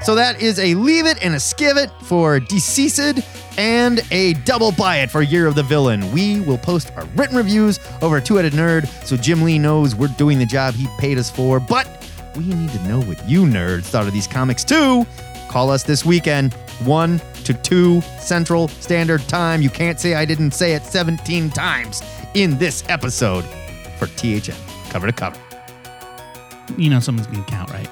[SPEAKER 3] So that is a leave it and a skivit for Deceased and a double buy it for Year of the Villain. We will post our written reviews over at Two Headed Nerd so Jim Lee knows we're doing the job he paid us for. But we need to know what you nerds thought of these comics too. Call us this weekend, 1 to 2 Central Standard Time. You can't say I didn't say it 17 times in this episode for THN, cover to cover.
[SPEAKER 4] You know someone's gonna count, right?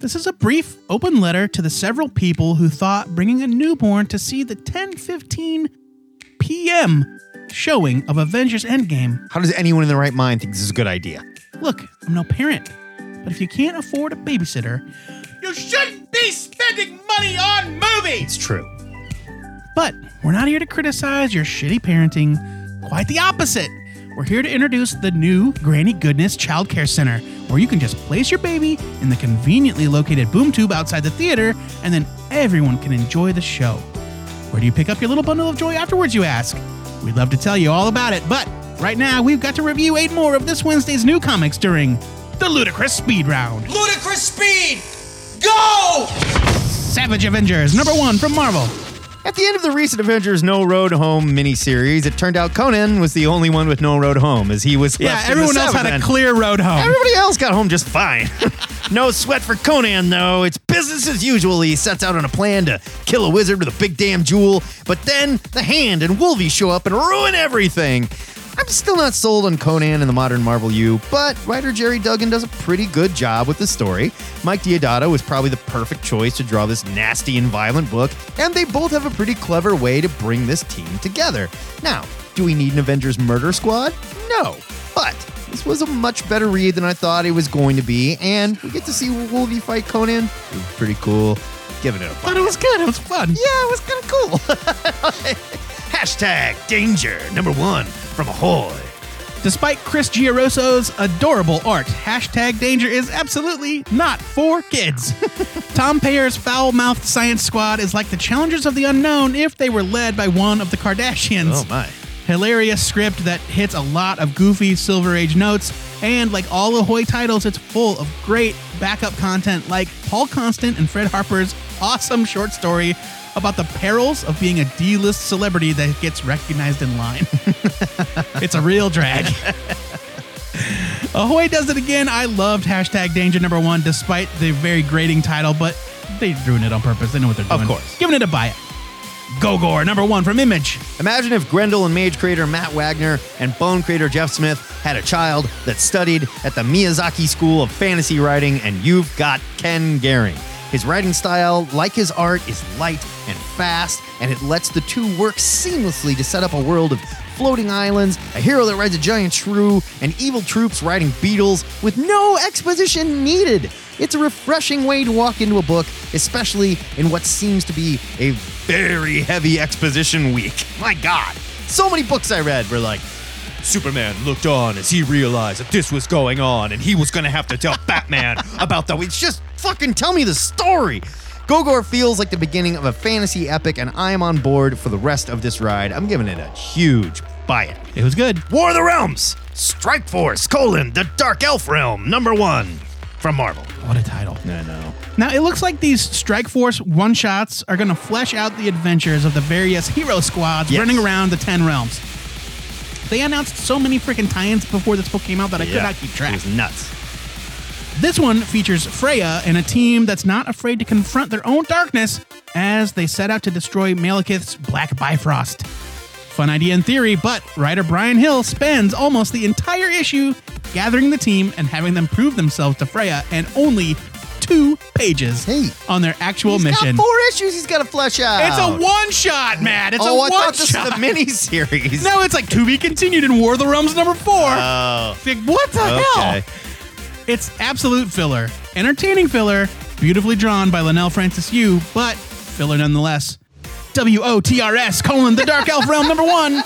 [SPEAKER 4] This is a brief open letter to the several people who thought bringing a newborn to see the 10:15 p.m. showing of Avengers Endgame.
[SPEAKER 3] How does anyone in their right mind think this is a good idea?
[SPEAKER 4] Look, I'm no parent, but if you can't afford a babysitter, you shouldn't be spending money on movies.
[SPEAKER 3] It's true.
[SPEAKER 4] But we're not here to criticize your shitty parenting. Quite the opposite. We're here to introduce the new Granny Goodness Child Care Center, where you can just place your baby in the conveniently located boom tube outside the theater, and then everyone can enjoy the show. Where do you pick up your little bundle of joy afterwards, you ask? We'd love to tell you all about it, but right now we've got to review eight more of this Wednesday's new comics during the Ludicrous Speed Round.
[SPEAKER 6] Ludicrous speed! Go!
[SPEAKER 4] Savage Avengers, number one from Marvel.
[SPEAKER 3] At the end of the recent Avengers No Road Home miniseries, it turned out Conan was the only one with no road home, as he was
[SPEAKER 4] Yeah,
[SPEAKER 3] left in the
[SPEAKER 4] everyone else had a
[SPEAKER 3] Southland.
[SPEAKER 4] clear road home.
[SPEAKER 3] Everybody else got home just fine. no sweat for Conan, though. It's business as usual. He sets out on a plan to kill a wizard with a big damn jewel, but then the Hand and Wolvie show up and ruin everything. I'm still not sold on Conan and the modern Marvel U, but writer Jerry Duggan does a pretty good job with the story. Mike Diodato was probably the perfect choice to draw this nasty and violent book, and they both have a pretty clever way to bring this team together. Now, do we need an Avengers murder squad? No. But this was a much better read than I thought it was going to be, and we get to see Wolvie fight Conan. It was pretty cool. Giving it a
[SPEAKER 4] But
[SPEAKER 3] five.
[SPEAKER 4] it was good. It was fun.
[SPEAKER 3] Yeah, it was kind of cool. Hashtag danger number one from Ahoy.
[SPEAKER 4] Despite Chris Giaroso's adorable art, hashtag danger is absolutely not for kids. Tom Payer's foul mouthed science squad is like the challengers of the unknown if they were led by one of the Kardashians.
[SPEAKER 3] Oh my.
[SPEAKER 4] Hilarious script that hits a lot of goofy Silver Age notes, and like all Ahoy titles, it's full of great backup content like Paul Constant and Fred Harper's awesome short story about the perils of being a D list celebrity that gets recognized in line. it's a real drag. Ahoy does it again. I loved hashtag danger number one despite the very grating title, but they ruined it on purpose. They know what they're doing.
[SPEAKER 3] Of course.
[SPEAKER 4] Giving it a buy it. Gogor number one from Image.
[SPEAKER 3] Imagine if Grendel and Mage creator Matt Wagner and Bone creator Jeff Smith had a child that studied at the Miyazaki School of Fantasy Writing, and you've got Ken Gehring. His writing style, like his art, is light and fast, and it lets the two work seamlessly to set up a world of floating islands, a hero that rides a giant shrew, and evil troops riding beetles with no exposition needed. It's a refreshing way to walk into a book, especially in what seems to be a very heavy exposition week. My God. So many books I read were like, Superman looked on as he realized that this was going on and he was going to have to tell Batman about the. It's just fucking tell me the story. Gogor feels like the beginning of a fantasy epic, and I am on board for the rest of this ride. I'm giving it a huge buy it.
[SPEAKER 4] It was good.
[SPEAKER 3] War of the Realms, Strike Force, colon, the Dark Elf Realm, number one from Marvel.
[SPEAKER 4] What a title.
[SPEAKER 3] I know.
[SPEAKER 4] Now, it looks like these Strike Force one shots are going to flesh out the adventures of the various hero squads
[SPEAKER 3] Yes.
[SPEAKER 4] running around the 10 realms. They announced so many freaking tie ins before this book came out that I could not keep track.
[SPEAKER 3] It was nuts.
[SPEAKER 4] This one features Freya and a team that's not afraid to confront their own darkness as they set out to destroy Malekith's Black Bifrost. Fun idea in theory, but writer Brian Hill spends almost the entire issue gathering the team and having them prove themselves to Freya in only two pages
[SPEAKER 3] Hey.
[SPEAKER 4] on their actual
[SPEAKER 3] He's
[SPEAKER 4] mission.
[SPEAKER 3] got four issues he's got to flesh out.
[SPEAKER 4] It's a one shot, Matt. It's
[SPEAKER 3] oh,
[SPEAKER 4] a
[SPEAKER 3] I
[SPEAKER 4] one
[SPEAKER 3] thought this was
[SPEAKER 4] shot.
[SPEAKER 3] a mini series.
[SPEAKER 4] no, it's like to be continued in War of the Realms number four.
[SPEAKER 3] Oh,
[SPEAKER 4] Like, what the hell?
[SPEAKER 3] okay.
[SPEAKER 4] It's absolute filler. Entertaining filler, beautifully drawn by Linnell Francis Yu, but filler nonetheless. W O T R S colon the Dark Elf Realm number one.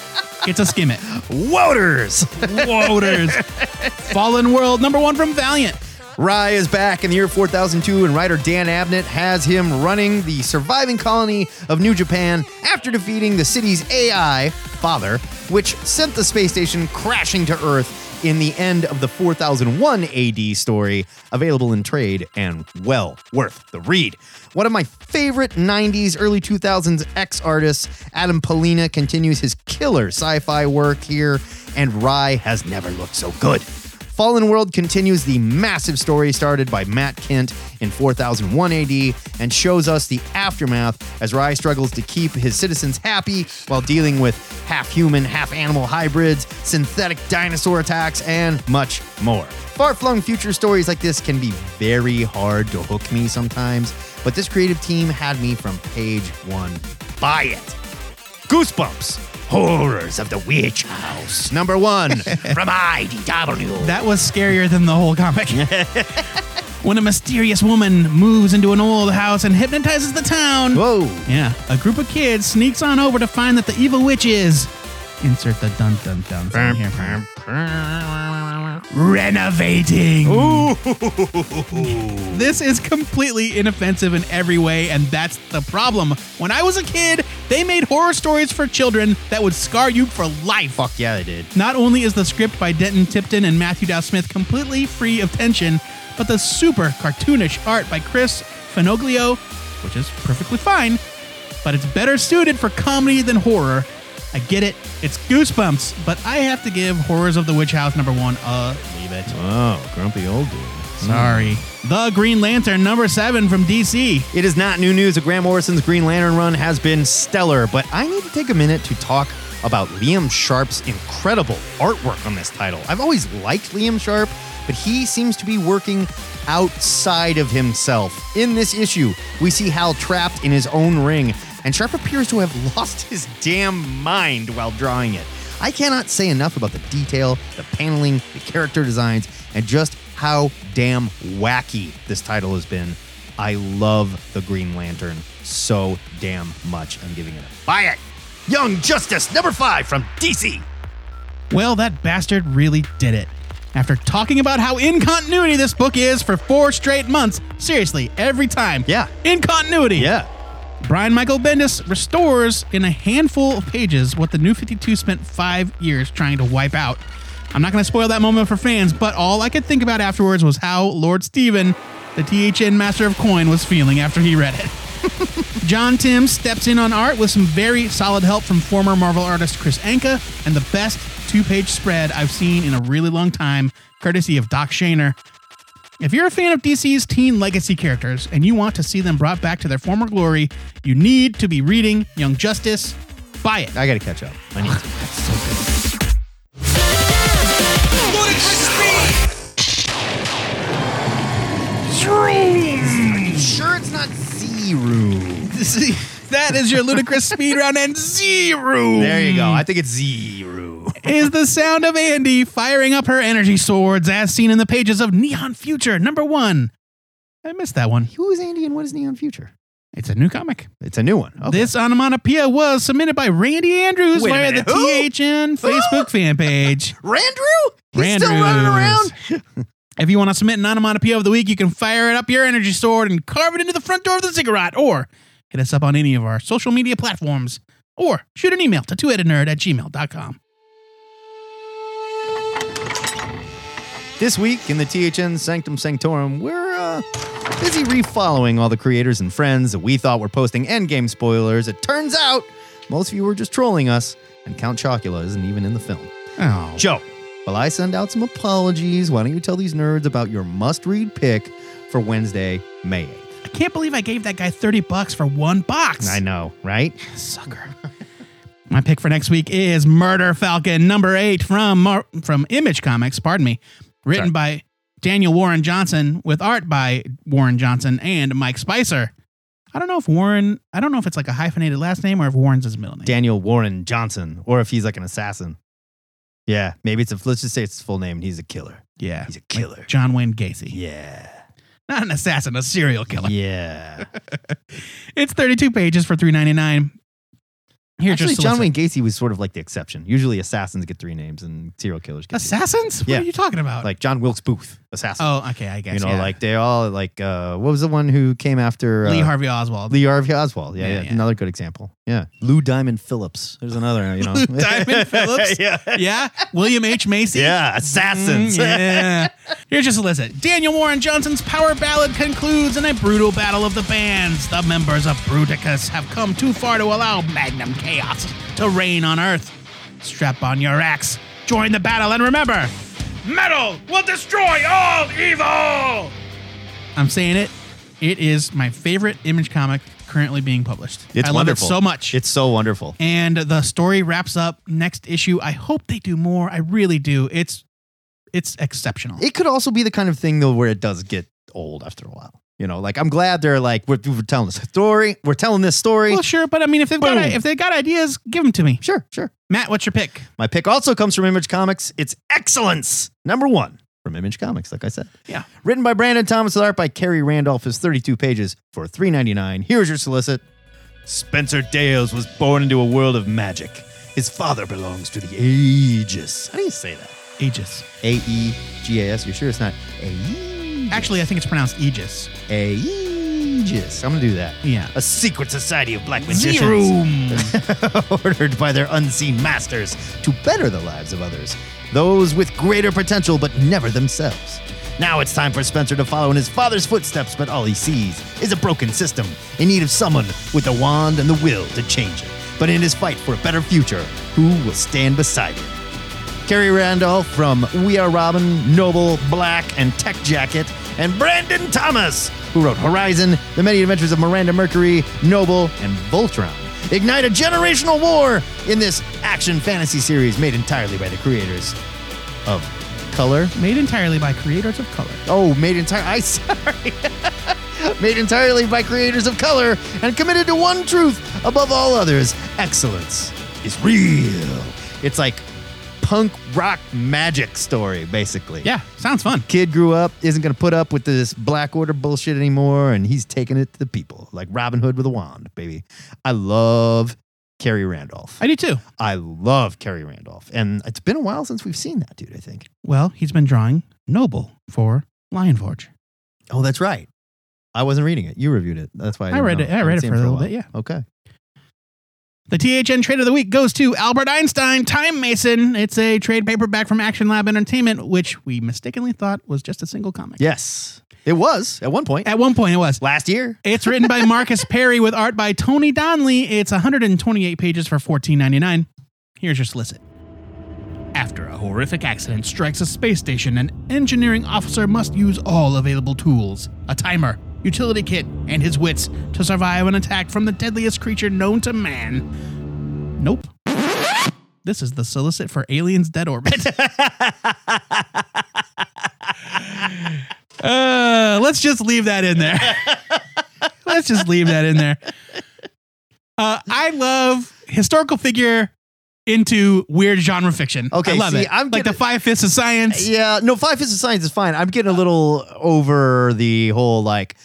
[SPEAKER 4] It's a skim it.
[SPEAKER 3] Woters.
[SPEAKER 4] Woters. Fallen World number one from Valiant.
[SPEAKER 3] Rye is back in the year 4002, and writer Dan Abnett has him running the surviving colony of New Japan after defeating the city's AI, Father, which sent the space station crashing to Earth in the end of the 4001 AD story, available in trade and well worth the read. One of my favorite 90s, early 2000s X artists, Adam Polina, continues his killer sci fi work here, and Rye has never looked so good. Fallen World continues the massive story started by Matt Kent in 4001 AD and shows us the aftermath as Rai struggles to keep his citizens happy while dealing with half human, half animal hybrids, synthetic dinosaur attacks, and much more. Far flung future stories like this can be very hard to hook me sometimes, but this creative team had me from page one. Buy it! Goosebumps! Horrors of the Witch House. Number one from IDW.
[SPEAKER 4] That was scarier than the whole comic. when a mysterious woman moves into an old house and hypnotizes the town.
[SPEAKER 3] Whoa.
[SPEAKER 4] Yeah, a group of kids sneaks on over to find that the evil witch is. Insert the dun dun dun sound here. Renovating. Ooh. this is completely inoffensive in every way, and that's the problem. When I was a kid, they made horror stories for children that would scar you for life.
[SPEAKER 3] Fuck yeah, they did.
[SPEAKER 4] Not only is the script by Denton Tipton and Matthew Dow Smith completely free of tension, but the super cartoonish art by Chris Fenoglio, which is perfectly fine, but it's better suited for comedy than horror. I get it, it's goosebumps, but I have to give Horrors of the Witch House number one a leave it.
[SPEAKER 3] Oh, grumpy old dude.
[SPEAKER 4] Sorry. The Green Lantern number seven from DC.
[SPEAKER 3] It is not new news that Graham Morrison's Green Lantern run has been stellar, but I need to take a minute to talk about Liam Sharp's incredible artwork on this title. I've always liked Liam Sharp, but he seems to be working outside of himself. In this issue, we see Hal trapped in his own ring, and Sharp appears to have lost his damn mind while drawing it. I cannot say enough about the detail, the paneling, the character designs, and just how damn wacky this title has been. I love the Green Lantern so damn much. I'm giving it a buy it. Young Justice number five from DC.
[SPEAKER 4] Well, that bastard really did it. After talking about how in continuity this book is for four straight months, seriously, every time.
[SPEAKER 3] Yeah.
[SPEAKER 4] In continuity.
[SPEAKER 3] Yeah.
[SPEAKER 4] Brian Michael Bendis restores in a handful of pages what the New 52 spent five years trying to wipe out. I'm not going to spoil that moment for fans, but all I could think about afterwards was how Lord Steven, the THN master of coin, was feeling after he read it. John Tim steps in on art with some very solid help from former Marvel artist Chris Anka and the best two page spread I've seen in a really long time, courtesy of Doc Shaner. If you're a fan of DC's teen legacy characters and you want to see them brought back to their former glory, you need to be reading Young Justice. Buy it.
[SPEAKER 3] I got to catch up. I need to.
[SPEAKER 6] Ludicrous speed!
[SPEAKER 3] sure it's not zero.
[SPEAKER 4] that is your ludicrous speed round and zero.
[SPEAKER 3] There you go. I think it's zero.
[SPEAKER 4] is the sound of Andy firing up her energy swords as seen in the pages of Neon Future number 1. I missed that one.
[SPEAKER 3] Who is Andy and what is Neon Future?
[SPEAKER 4] It's a new comic.
[SPEAKER 3] It's a new one. Okay.
[SPEAKER 4] This onomatopoeia was submitted by Randy Andrews
[SPEAKER 3] Wait a
[SPEAKER 4] via the
[SPEAKER 3] minute, who?
[SPEAKER 4] THN Facebook fan page.
[SPEAKER 3] Randrew? He's still
[SPEAKER 4] Randrews.
[SPEAKER 3] running around?
[SPEAKER 4] If you want to submit an onomatopoeia of the week, you can fire it up your energy sword and carve it into the front door of the ziggurat, or hit us up on any of our social media platforms, or shoot an email to twoheadednerd at gmail.com.
[SPEAKER 3] This week in the THN Sanctum Sanctorum, we're uh, busy refollowing all the creators and friends that we thought were posting endgame spoilers. It turns out most of you were just trolling us, and Count Chocula isn't even in the film.
[SPEAKER 4] Oh.
[SPEAKER 3] Joe, while I send out some apologies, why don't you tell these nerds about your must read pick for Wednesday, May 8th?
[SPEAKER 4] I can't believe I gave that guy 30 bucks for one box.
[SPEAKER 3] I know, right?
[SPEAKER 4] Sucker. My pick for next week is Murder Falcon number eight from Mar- from Image Comics, pardon me, written by Daniel Warren Johnson with art by Warren Johnson and Mike Spicer. I don't know if Warren, I don't know if it's like a hyphenated last name or if Warren's his middle name.
[SPEAKER 3] Daniel Warren Johnson, or if he's like an assassin. Yeah, maybe it's a, let's just say it's his full name and he's a killer.
[SPEAKER 4] yeah.
[SPEAKER 3] He's a killer.
[SPEAKER 4] John Wayne Gacy.
[SPEAKER 3] Yeah.
[SPEAKER 4] Not an assassin, a serial killer.
[SPEAKER 3] Yeah.
[SPEAKER 4] It's 32 pages for 3.99. Here's
[SPEAKER 3] Actually,
[SPEAKER 4] your
[SPEAKER 3] John
[SPEAKER 4] solicit-
[SPEAKER 3] Wayne Gacy was sort of like the exception. Usually, assassins get three names, and serial killers get two.
[SPEAKER 4] Assassins? What
[SPEAKER 3] Yeah.
[SPEAKER 4] are you talking about?
[SPEAKER 3] like John Wilkes Booth. assassin.
[SPEAKER 4] Oh, okay, I guess.
[SPEAKER 3] you know,
[SPEAKER 4] yeah.
[SPEAKER 3] like they all like uh, what was the one who came after
[SPEAKER 4] Lee
[SPEAKER 3] uh,
[SPEAKER 4] Harvey Oswald.
[SPEAKER 3] Lee Harvey Oswald. Yeah,
[SPEAKER 4] Yeah,
[SPEAKER 3] yeah,
[SPEAKER 4] yeah.
[SPEAKER 3] another good example. Yeah, Lou Diamond Phillips. There's another. You know,
[SPEAKER 4] Lou Diamond Phillips?
[SPEAKER 3] yeah,
[SPEAKER 4] yeah, William H. Macy.
[SPEAKER 3] yeah, assassins.
[SPEAKER 4] Mm, yeah. Here's just a listen. Daniel Warren Johnson's power ballad concludes in a brutal battle of the bands. The members of Bruticus have come too far to allow Magnum Chaos to reign on Earth. Strap on your axe, join the battle, and remember metal will destroy all evil! I'm saying it. It is my favorite image comic currently being published.
[SPEAKER 3] It's
[SPEAKER 4] I
[SPEAKER 3] wonderful
[SPEAKER 4] love it so much.
[SPEAKER 3] It's so wonderful.
[SPEAKER 4] and the story wraps up next issue. I hope they do more. I really do. It's it's exceptional.
[SPEAKER 3] It could also be the kind of thing though where it does get old after a while. You know, like I'm glad they're like we're, we're telling this story. We're telling this story.
[SPEAKER 4] Well, sure, but I mean, if they've got
[SPEAKER 3] Boom.
[SPEAKER 4] if they've got ideas, give them to me.
[SPEAKER 3] sure, sure.
[SPEAKER 4] Matt, what's your pick?
[SPEAKER 3] My pick also comes from Image Comics. It's Excellence, number one from Image Comics, like I said.
[SPEAKER 4] Yeah.
[SPEAKER 3] Written by Brandon Thomas with art by Kerry Randolph is 32 pages for $3.99. Here's your solicit. Spencer Dales was born into a world of magic. His father belongs to the Aegis. How do you say that?
[SPEAKER 4] Aegis.
[SPEAKER 3] A E G A E S. You're sure it's not Aegis?
[SPEAKER 4] Actually, I think it's pronounced Aegis.
[SPEAKER 3] Aegis. I'm going to do that.
[SPEAKER 4] Yeah.
[SPEAKER 3] A secret society of black magicians
[SPEAKER 4] Zerum.
[SPEAKER 3] ordered by their unseen masters to better the lives of others, those with greater potential but never themselves. Now it's time for Spencer to follow in his father's footsteps, but all he sees is a broken system in need of someone with the wand and the will to change it. But in his fight for a better future, who will stand beside him? Kerry Randolph from We Are Robin, Noble, Black, and Tech Jacket, and Brandon Thomas, who wrote Horizon, The Many Adventures of Miranda Mercury, Noble, and Voltron. Ignite a generational war in this action fantasy series made entirely by the creators of Color.
[SPEAKER 4] Made entirely by creators of color.
[SPEAKER 3] Oh, made entire. I sorry. made entirely by creators of color and committed to one truth above all others: excellence is real. It's like punk rock magic story, basically.
[SPEAKER 4] Yeah, sounds fun.
[SPEAKER 3] Kid grew up, isn't going to put up with this Black Order bullshit anymore, and he's taking it to the people like Robin Hood with a wand, baby. I love Carrie Randolph.
[SPEAKER 4] I do too.
[SPEAKER 3] I love Carrie Randolph, and it's been a while since we've seen that dude. I think.
[SPEAKER 4] Well, he's been drawing Noble for Lion Forge.
[SPEAKER 3] Oh, that's right. I wasn't reading it. You reviewed it. That's why I,
[SPEAKER 4] I
[SPEAKER 3] didn't
[SPEAKER 4] read
[SPEAKER 3] know.
[SPEAKER 4] it. I read
[SPEAKER 3] hadn't
[SPEAKER 4] it
[SPEAKER 3] seen
[SPEAKER 4] for a little
[SPEAKER 3] while.
[SPEAKER 4] bit, yeah.
[SPEAKER 3] Okay.
[SPEAKER 4] The THN trade of the week goes to Albert Einstein Time Mason. It's a trade paperback from Action Lab Entertainment, which we mistakenly thought was just a single comic.
[SPEAKER 3] Yes, it was at one point
[SPEAKER 4] At one point, it was.
[SPEAKER 3] last year.
[SPEAKER 4] It's written by Marcus Perry with art by Tony Donnelly. It's 128 pages for $14.99. Here's your solicit. After a horrific accident strikes a space station, an engineering officer must use all available tools a timer, utility kit, and his wits to survive an attack from the deadliest creature known to man. Nope. This is the solicit for Aliens Dead Orbit. Uh, let's just leave that in there. let's just leave that in there. Uh, I love historical figure into weird genre fiction.
[SPEAKER 3] Okay,
[SPEAKER 4] I love
[SPEAKER 3] see,
[SPEAKER 4] it.
[SPEAKER 3] I'm
[SPEAKER 4] like
[SPEAKER 3] gonna-
[SPEAKER 4] the Five Fifths of Science.
[SPEAKER 3] Yeah, no, Five Fist of Science is fine. I'm getting a little over the whole like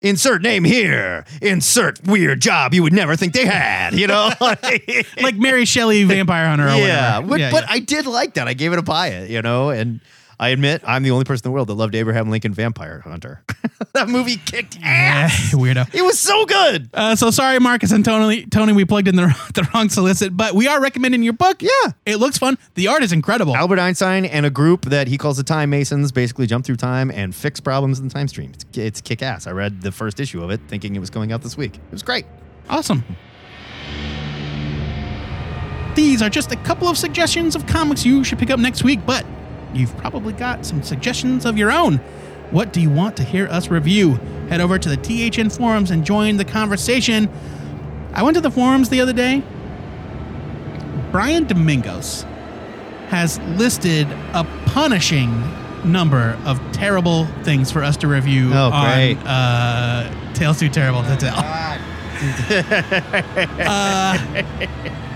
[SPEAKER 3] insert name here, insert weird job you would never think they had. You know,
[SPEAKER 4] Like Mary Shelley, Vampire Hunter, or
[SPEAKER 3] yeah,
[SPEAKER 4] whatever.
[SPEAKER 3] but,
[SPEAKER 4] yeah,
[SPEAKER 3] but
[SPEAKER 4] yeah.
[SPEAKER 3] I did like that. I gave it a buy it, you know, and I admit I'm the only person in the world that loved Abraham Lincoln Vampire Hunter. that movie kicked
[SPEAKER 4] Yeah,
[SPEAKER 3] ass.
[SPEAKER 4] weirdo.
[SPEAKER 3] It was so good.
[SPEAKER 4] Uh, so sorry, Marcus and Tony. Tony, we plugged in the, wrong- the wrong solicit, but we are recommending your book.
[SPEAKER 3] Yeah.
[SPEAKER 4] it looks fun. The art is incredible.
[SPEAKER 3] Albert Einstein and a group that he calls the Time Masons basically jump through time and fix problems in the time stream. It's, it's kick ass. I read the first issue of it thinking it was going out this week. It was great.
[SPEAKER 4] Awesome. These are just a couple of suggestions of comics you should pick up next week, but you've probably got some suggestions of your own. What do you want to hear us review? Head over to the THN forums and join the conversation. I went to the forums the other day. Brian Domingos has listed a punishing number of terrible things for us to review
[SPEAKER 3] Oh, great.
[SPEAKER 4] on uh, Tales Too Terrible to Tell. Uh,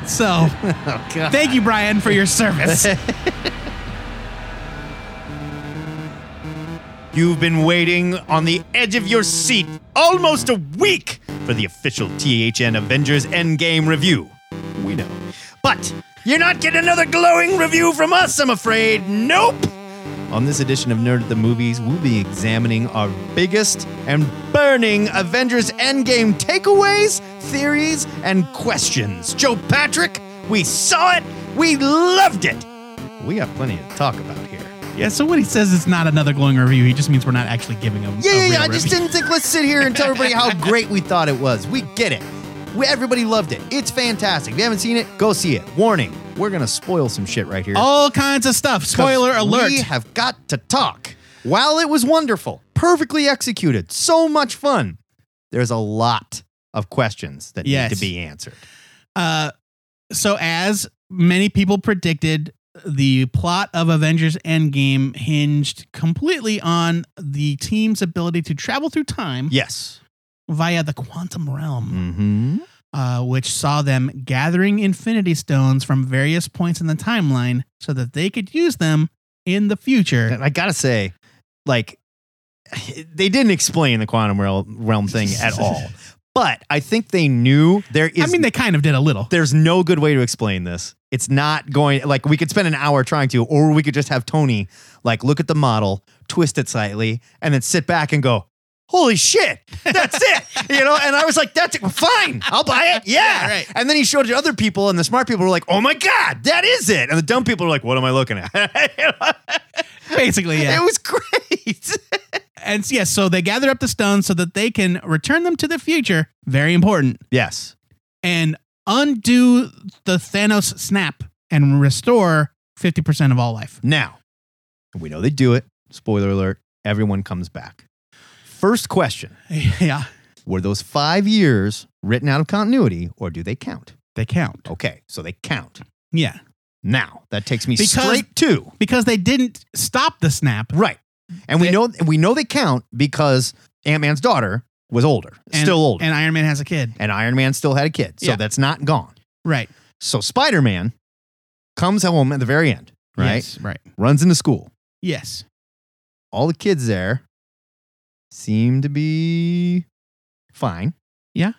[SPEAKER 4] so,
[SPEAKER 3] Oh,
[SPEAKER 4] thank you, Brian, for your service.
[SPEAKER 3] You've been waiting on the edge of your seat almost a week for the official THN Avengers Endgame review. We know. But you're not getting another glowing review from us, I'm afraid. Nope. On this edition of Nerd at the Movies, we'll be examining our biggest and burning Avengers Endgame takeaways, theories, and questions. Joe Patrick, we saw it, we loved it. We got plenty to talk about here.
[SPEAKER 4] Yeah, so when he says it's not another glowing review, he just means we're not actually giving him.
[SPEAKER 3] Yeah,
[SPEAKER 4] a
[SPEAKER 3] yeah,
[SPEAKER 4] real
[SPEAKER 3] yeah. I just
[SPEAKER 4] review.
[SPEAKER 3] didn't think let's sit here and tell everybody how great we thought it was. We get it. We, everybody loved it. It's fantastic. If you haven't seen it, go see it. Warning, we're going to spoil some shit right here.
[SPEAKER 4] All kinds of stuff. Oh, Spoiler
[SPEAKER 3] 'Cause
[SPEAKER 4] alert.
[SPEAKER 3] We have got to talk. While it was wonderful, perfectly executed, so much fun, there's a lot of questions that
[SPEAKER 4] Yes.
[SPEAKER 3] need to be answered.
[SPEAKER 4] Uh, so as many people predicted, the plot of Avengers Endgame hinged completely on the team's ability to travel through time
[SPEAKER 3] Yes.
[SPEAKER 4] via the quantum realm,
[SPEAKER 3] Mm-hmm.
[SPEAKER 4] uh, which saw them gathering Infinity Stones from various points in the timeline so that they could use them in the future.
[SPEAKER 3] And I gotta say, like, they didn't explain the quantum real- realm thing at all. But I think they knew there is.
[SPEAKER 4] I mean, they kind of did a little.
[SPEAKER 3] there's no good way to explain this. It's not going like we could spend an hour trying to, or we could just have Tony like look at the model, twist it slightly, and then sit back and go, "Holy shit, that's it!" You know. And I was like, "That's it. Well, fine, I'll buy it. Yeah."
[SPEAKER 4] Yeah, right.
[SPEAKER 3] And then he showed it to other people, and the smart people were like, "Oh my god, that is it!" And the dumb people were like, "What am I looking at?" You know?
[SPEAKER 4] Basically, yeah.
[SPEAKER 3] It was great.
[SPEAKER 4] And yes, so they gather up the stones so that they can return them to the future. Very important.
[SPEAKER 3] yes.
[SPEAKER 4] and undo the Thanos snap and restore 50% of all life.
[SPEAKER 3] Now, we know they do it. Spoiler alert: everyone comes back. First question.
[SPEAKER 4] Yeah,
[SPEAKER 3] Were those five years written out of continuity or do they count?
[SPEAKER 4] they count.
[SPEAKER 3] Okay, so they count.
[SPEAKER 4] Yeah,
[SPEAKER 3] Now, that takes me
[SPEAKER 4] Because-
[SPEAKER 3] straight to
[SPEAKER 4] because they didn't stop the snap.
[SPEAKER 3] right. And we
[SPEAKER 4] They-
[SPEAKER 3] know we know they count because Ant-Man's daughter was older,
[SPEAKER 4] And,
[SPEAKER 3] still older. And,
[SPEAKER 4] And Iron Man has a kid.
[SPEAKER 3] Iron Man still had a kid. So
[SPEAKER 4] Yeah.
[SPEAKER 3] that's not gone.
[SPEAKER 4] Right.
[SPEAKER 3] So Spider-Man comes home at the very end, right?
[SPEAKER 4] Yes, right.
[SPEAKER 3] Runs into school.
[SPEAKER 4] Yes.
[SPEAKER 3] All the kids there seem to be fine.
[SPEAKER 4] Yeah.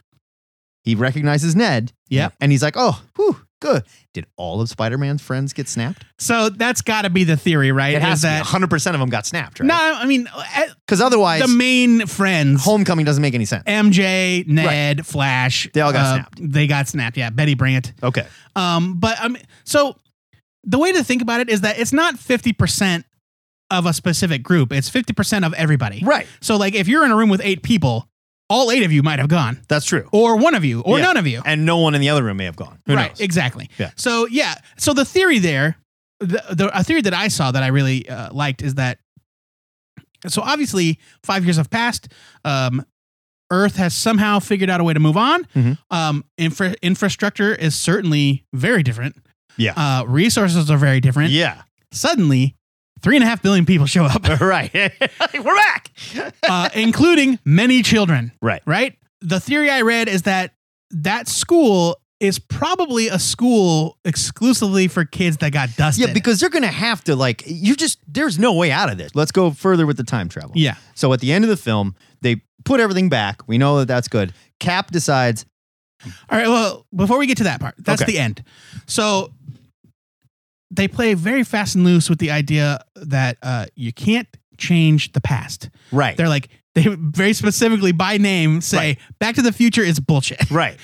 [SPEAKER 3] He recognizes Ned.
[SPEAKER 4] Yep.
[SPEAKER 3] And he's like, oh, whew, good. Did all of Spider Man's friends get snapped?
[SPEAKER 4] So that's got to be the theory, right?
[SPEAKER 3] It, has
[SPEAKER 4] Is
[SPEAKER 3] to be.
[SPEAKER 4] that
[SPEAKER 3] 100% of them got snapped, right?
[SPEAKER 4] No, I mean uh,
[SPEAKER 3] Because otherwise,
[SPEAKER 4] the main friends.
[SPEAKER 3] Homecoming doesn't make any sense.
[SPEAKER 4] MJ, Ned, Flash. uh,
[SPEAKER 3] They all got snapped.
[SPEAKER 4] They got snapped. Yeah, Betty Brant.
[SPEAKER 3] Okay.
[SPEAKER 4] Um, but um, so the way to think about it is that it's not fifty percent of a specific group; it's fifty percent of everybody.
[SPEAKER 3] Right.
[SPEAKER 4] So, like, if you're in a room with eight people, all eight of you might have gone,
[SPEAKER 3] That's true.
[SPEAKER 4] or one of you, or
[SPEAKER 3] Yeah.
[SPEAKER 4] none of you.
[SPEAKER 3] And no one in the other room may have gone. Who
[SPEAKER 4] right.
[SPEAKER 3] knows?
[SPEAKER 4] Exactly.
[SPEAKER 3] Yeah.
[SPEAKER 4] So yeah. So the theory there, the, the a theory that I saw that I really uh, liked is that. So obviously, five years have passed. Um, Earth has somehow figured out a way to move on.
[SPEAKER 3] Mhm.
[SPEAKER 4] Um, infra- infrastructure is certainly very different.
[SPEAKER 3] Yeah.
[SPEAKER 4] Uh, resources are very different.
[SPEAKER 3] yeah.
[SPEAKER 4] Suddenly, three and a half billion people show up,
[SPEAKER 3] right. We're back.
[SPEAKER 4] uh, including many children.
[SPEAKER 3] Right.
[SPEAKER 4] Right. The theory I read is that that school is probably a school exclusively for kids that got dusted.
[SPEAKER 3] Yeah, because they're going to have to, like, you just, there's no way out of this. Let's go further with the time travel.
[SPEAKER 4] yeah,
[SPEAKER 3] So at the end of the film, they put everything back. We know that that's good. Cap decides,
[SPEAKER 4] All right. Well, before we get to that part, that's
[SPEAKER 3] Okay.
[SPEAKER 4] the end. So they play very fast and loose with the idea that uh, you can't change the past.
[SPEAKER 3] right.
[SPEAKER 4] They're like, they very specifically by name say,
[SPEAKER 3] Right.
[SPEAKER 4] Back to the Future is bullshit.
[SPEAKER 3] Right.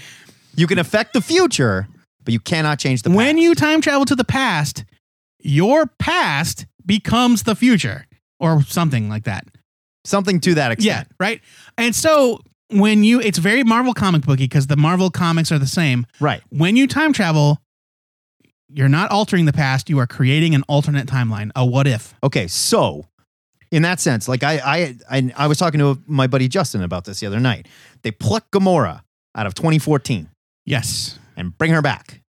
[SPEAKER 3] You can affect the future, but you cannot change the
[SPEAKER 4] when
[SPEAKER 3] past.
[SPEAKER 4] you time travel to the past, your past becomes the future or something like that.
[SPEAKER 3] something to that
[SPEAKER 4] Yeah,
[SPEAKER 3] extent.
[SPEAKER 4] right. And so when you, it's very Marvel comic booky because the Marvel comics are the same.
[SPEAKER 3] Right.
[SPEAKER 4] when you time travel, you're not altering the past. You are creating an alternate timeline, a what if.
[SPEAKER 3] Okay. So, in that sense, like I, I, I, I was talking to my buddy Justin about this the other night. They pluck Gamora out of 2014
[SPEAKER 4] Yes.
[SPEAKER 3] and bring her back.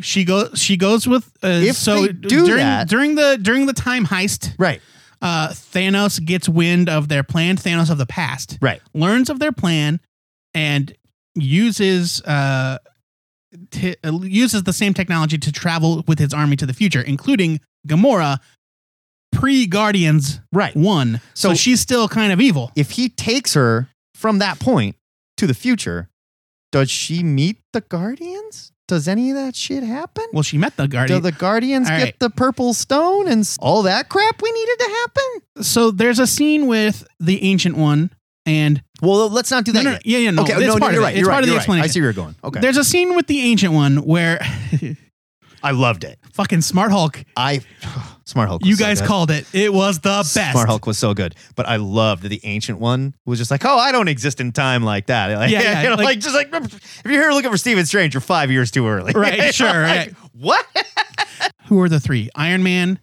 [SPEAKER 4] She goes. She goes with. Uh,
[SPEAKER 3] If
[SPEAKER 4] so
[SPEAKER 3] they do
[SPEAKER 4] during
[SPEAKER 3] that-
[SPEAKER 4] during the during the time heist,
[SPEAKER 3] Right.
[SPEAKER 4] uh, Thanos gets wind of their plan. Thanos of the past
[SPEAKER 3] Right.
[SPEAKER 4] learns of their plan, and uses uh, t- uh, uses the same technology to travel with his army to the future, including Gamora, pre Guardians
[SPEAKER 3] Right.
[SPEAKER 4] one. so
[SPEAKER 3] So-
[SPEAKER 4] she's still kind of evil.
[SPEAKER 3] If he takes her from that point to the future, does she meet the Guardians? Does any of that shit happen?
[SPEAKER 4] Well, she met the
[SPEAKER 3] Do
[SPEAKER 4] guardian.
[SPEAKER 3] the Guardians
[SPEAKER 4] All
[SPEAKER 3] get
[SPEAKER 4] right.
[SPEAKER 3] the purple stone and s- all that crap we needed to happen?
[SPEAKER 4] so there's a scene with the ancient one, and
[SPEAKER 3] Well, let's not do
[SPEAKER 4] No,
[SPEAKER 3] that.
[SPEAKER 4] no,
[SPEAKER 3] yet.
[SPEAKER 4] yeah, yeah, no,
[SPEAKER 3] Okay,
[SPEAKER 4] it's
[SPEAKER 3] no,
[SPEAKER 4] part
[SPEAKER 3] no,
[SPEAKER 4] of
[SPEAKER 3] you're
[SPEAKER 4] it.
[SPEAKER 3] right.
[SPEAKER 4] It's
[SPEAKER 3] you're
[SPEAKER 4] part
[SPEAKER 3] right,
[SPEAKER 4] of the
[SPEAKER 3] you're right. I
[SPEAKER 4] explanation.
[SPEAKER 3] see where you're going. Okay,
[SPEAKER 4] there's a scene with the ancient one where
[SPEAKER 3] I loved it.
[SPEAKER 4] fucking Smart Hulk.
[SPEAKER 3] I Smart Hulk. was
[SPEAKER 4] You
[SPEAKER 3] so
[SPEAKER 4] guys
[SPEAKER 3] good.
[SPEAKER 4] called it. It was the best.
[SPEAKER 3] Smart Hulk was so good, but I loved that the ancient one was just like, oh, I don't exist in time like that. Like,
[SPEAKER 4] Yeah, yeah,
[SPEAKER 3] you know,
[SPEAKER 4] like-
[SPEAKER 3] like, just like if you're here looking for Stephen Strange, you're five years too early.
[SPEAKER 4] Right, sure,
[SPEAKER 3] Like,
[SPEAKER 4] right.
[SPEAKER 3] What?
[SPEAKER 4] Who are the three? Iron Man,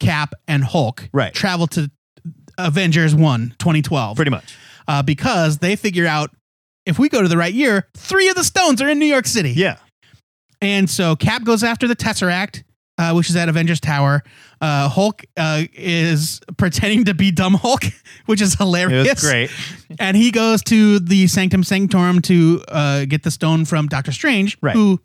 [SPEAKER 4] Cap, and Hulk.
[SPEAKER 3] Right.
[SPEAKER 4] Travel to Avengers 1, 2012.
[SPEAKER 3] Pretty much.
[SPEAKER 4] uh, because they figure out if we go to the right year, three of the stones are in New York City.
[SPEAKER 3] Yeah.
[SPEAKER 4] And so Cap goes after the Tesseract, uh, which is at Avengers Tower. Uh, Hulk uh, is pretending to be dumb Hulk, which is
[SPEAKER 3] It
[SPEAKER 4] hilarious.
[SPEAKER 3] was great.
[SPEAKER 4] And he goes to the Sanctum Sanctorum to uh, get the stone from Doctor Strange,
[SPEAKER 3] Right.
[SPEAKER 4] who,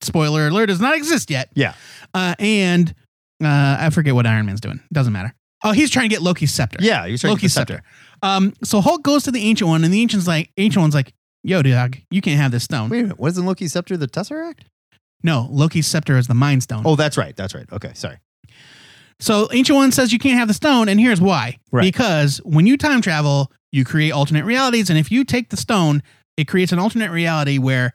[SPEAKER 4] spoiler alert, does not exist yet.
[SPEAKER 3] Yeah.
[SPEAKER 4] Uh, and uh, I forget what Iron Man's doing. Doesn't matter. Oh, he's trying to get Loki's scepter.
[SPEAKER 3] Yeah. You're
[SPEAKER 4] Loki's scepter. Um, so Hulk goes to the ancient one, and the ancient's like, ancient one's like, "Yo, dog, you can't have this stone."
[SPEAKER 3] Wait a minute. Wasn't Loki's scepter the Tesseract?
[SPEAKER 4] No, Loki's scepter is the Mind Stone.
[SPEAKER 3] Oh, that's right. That's right. Okay. Sorry.
[SPEAKER 4] So ancient one says you can't have the stone, and here's why:
[SPEAKER 3] Right.
[SPEAKER 4] because when you time travel, you create alternate realities, and if you take the stone, it creates an alternate reality where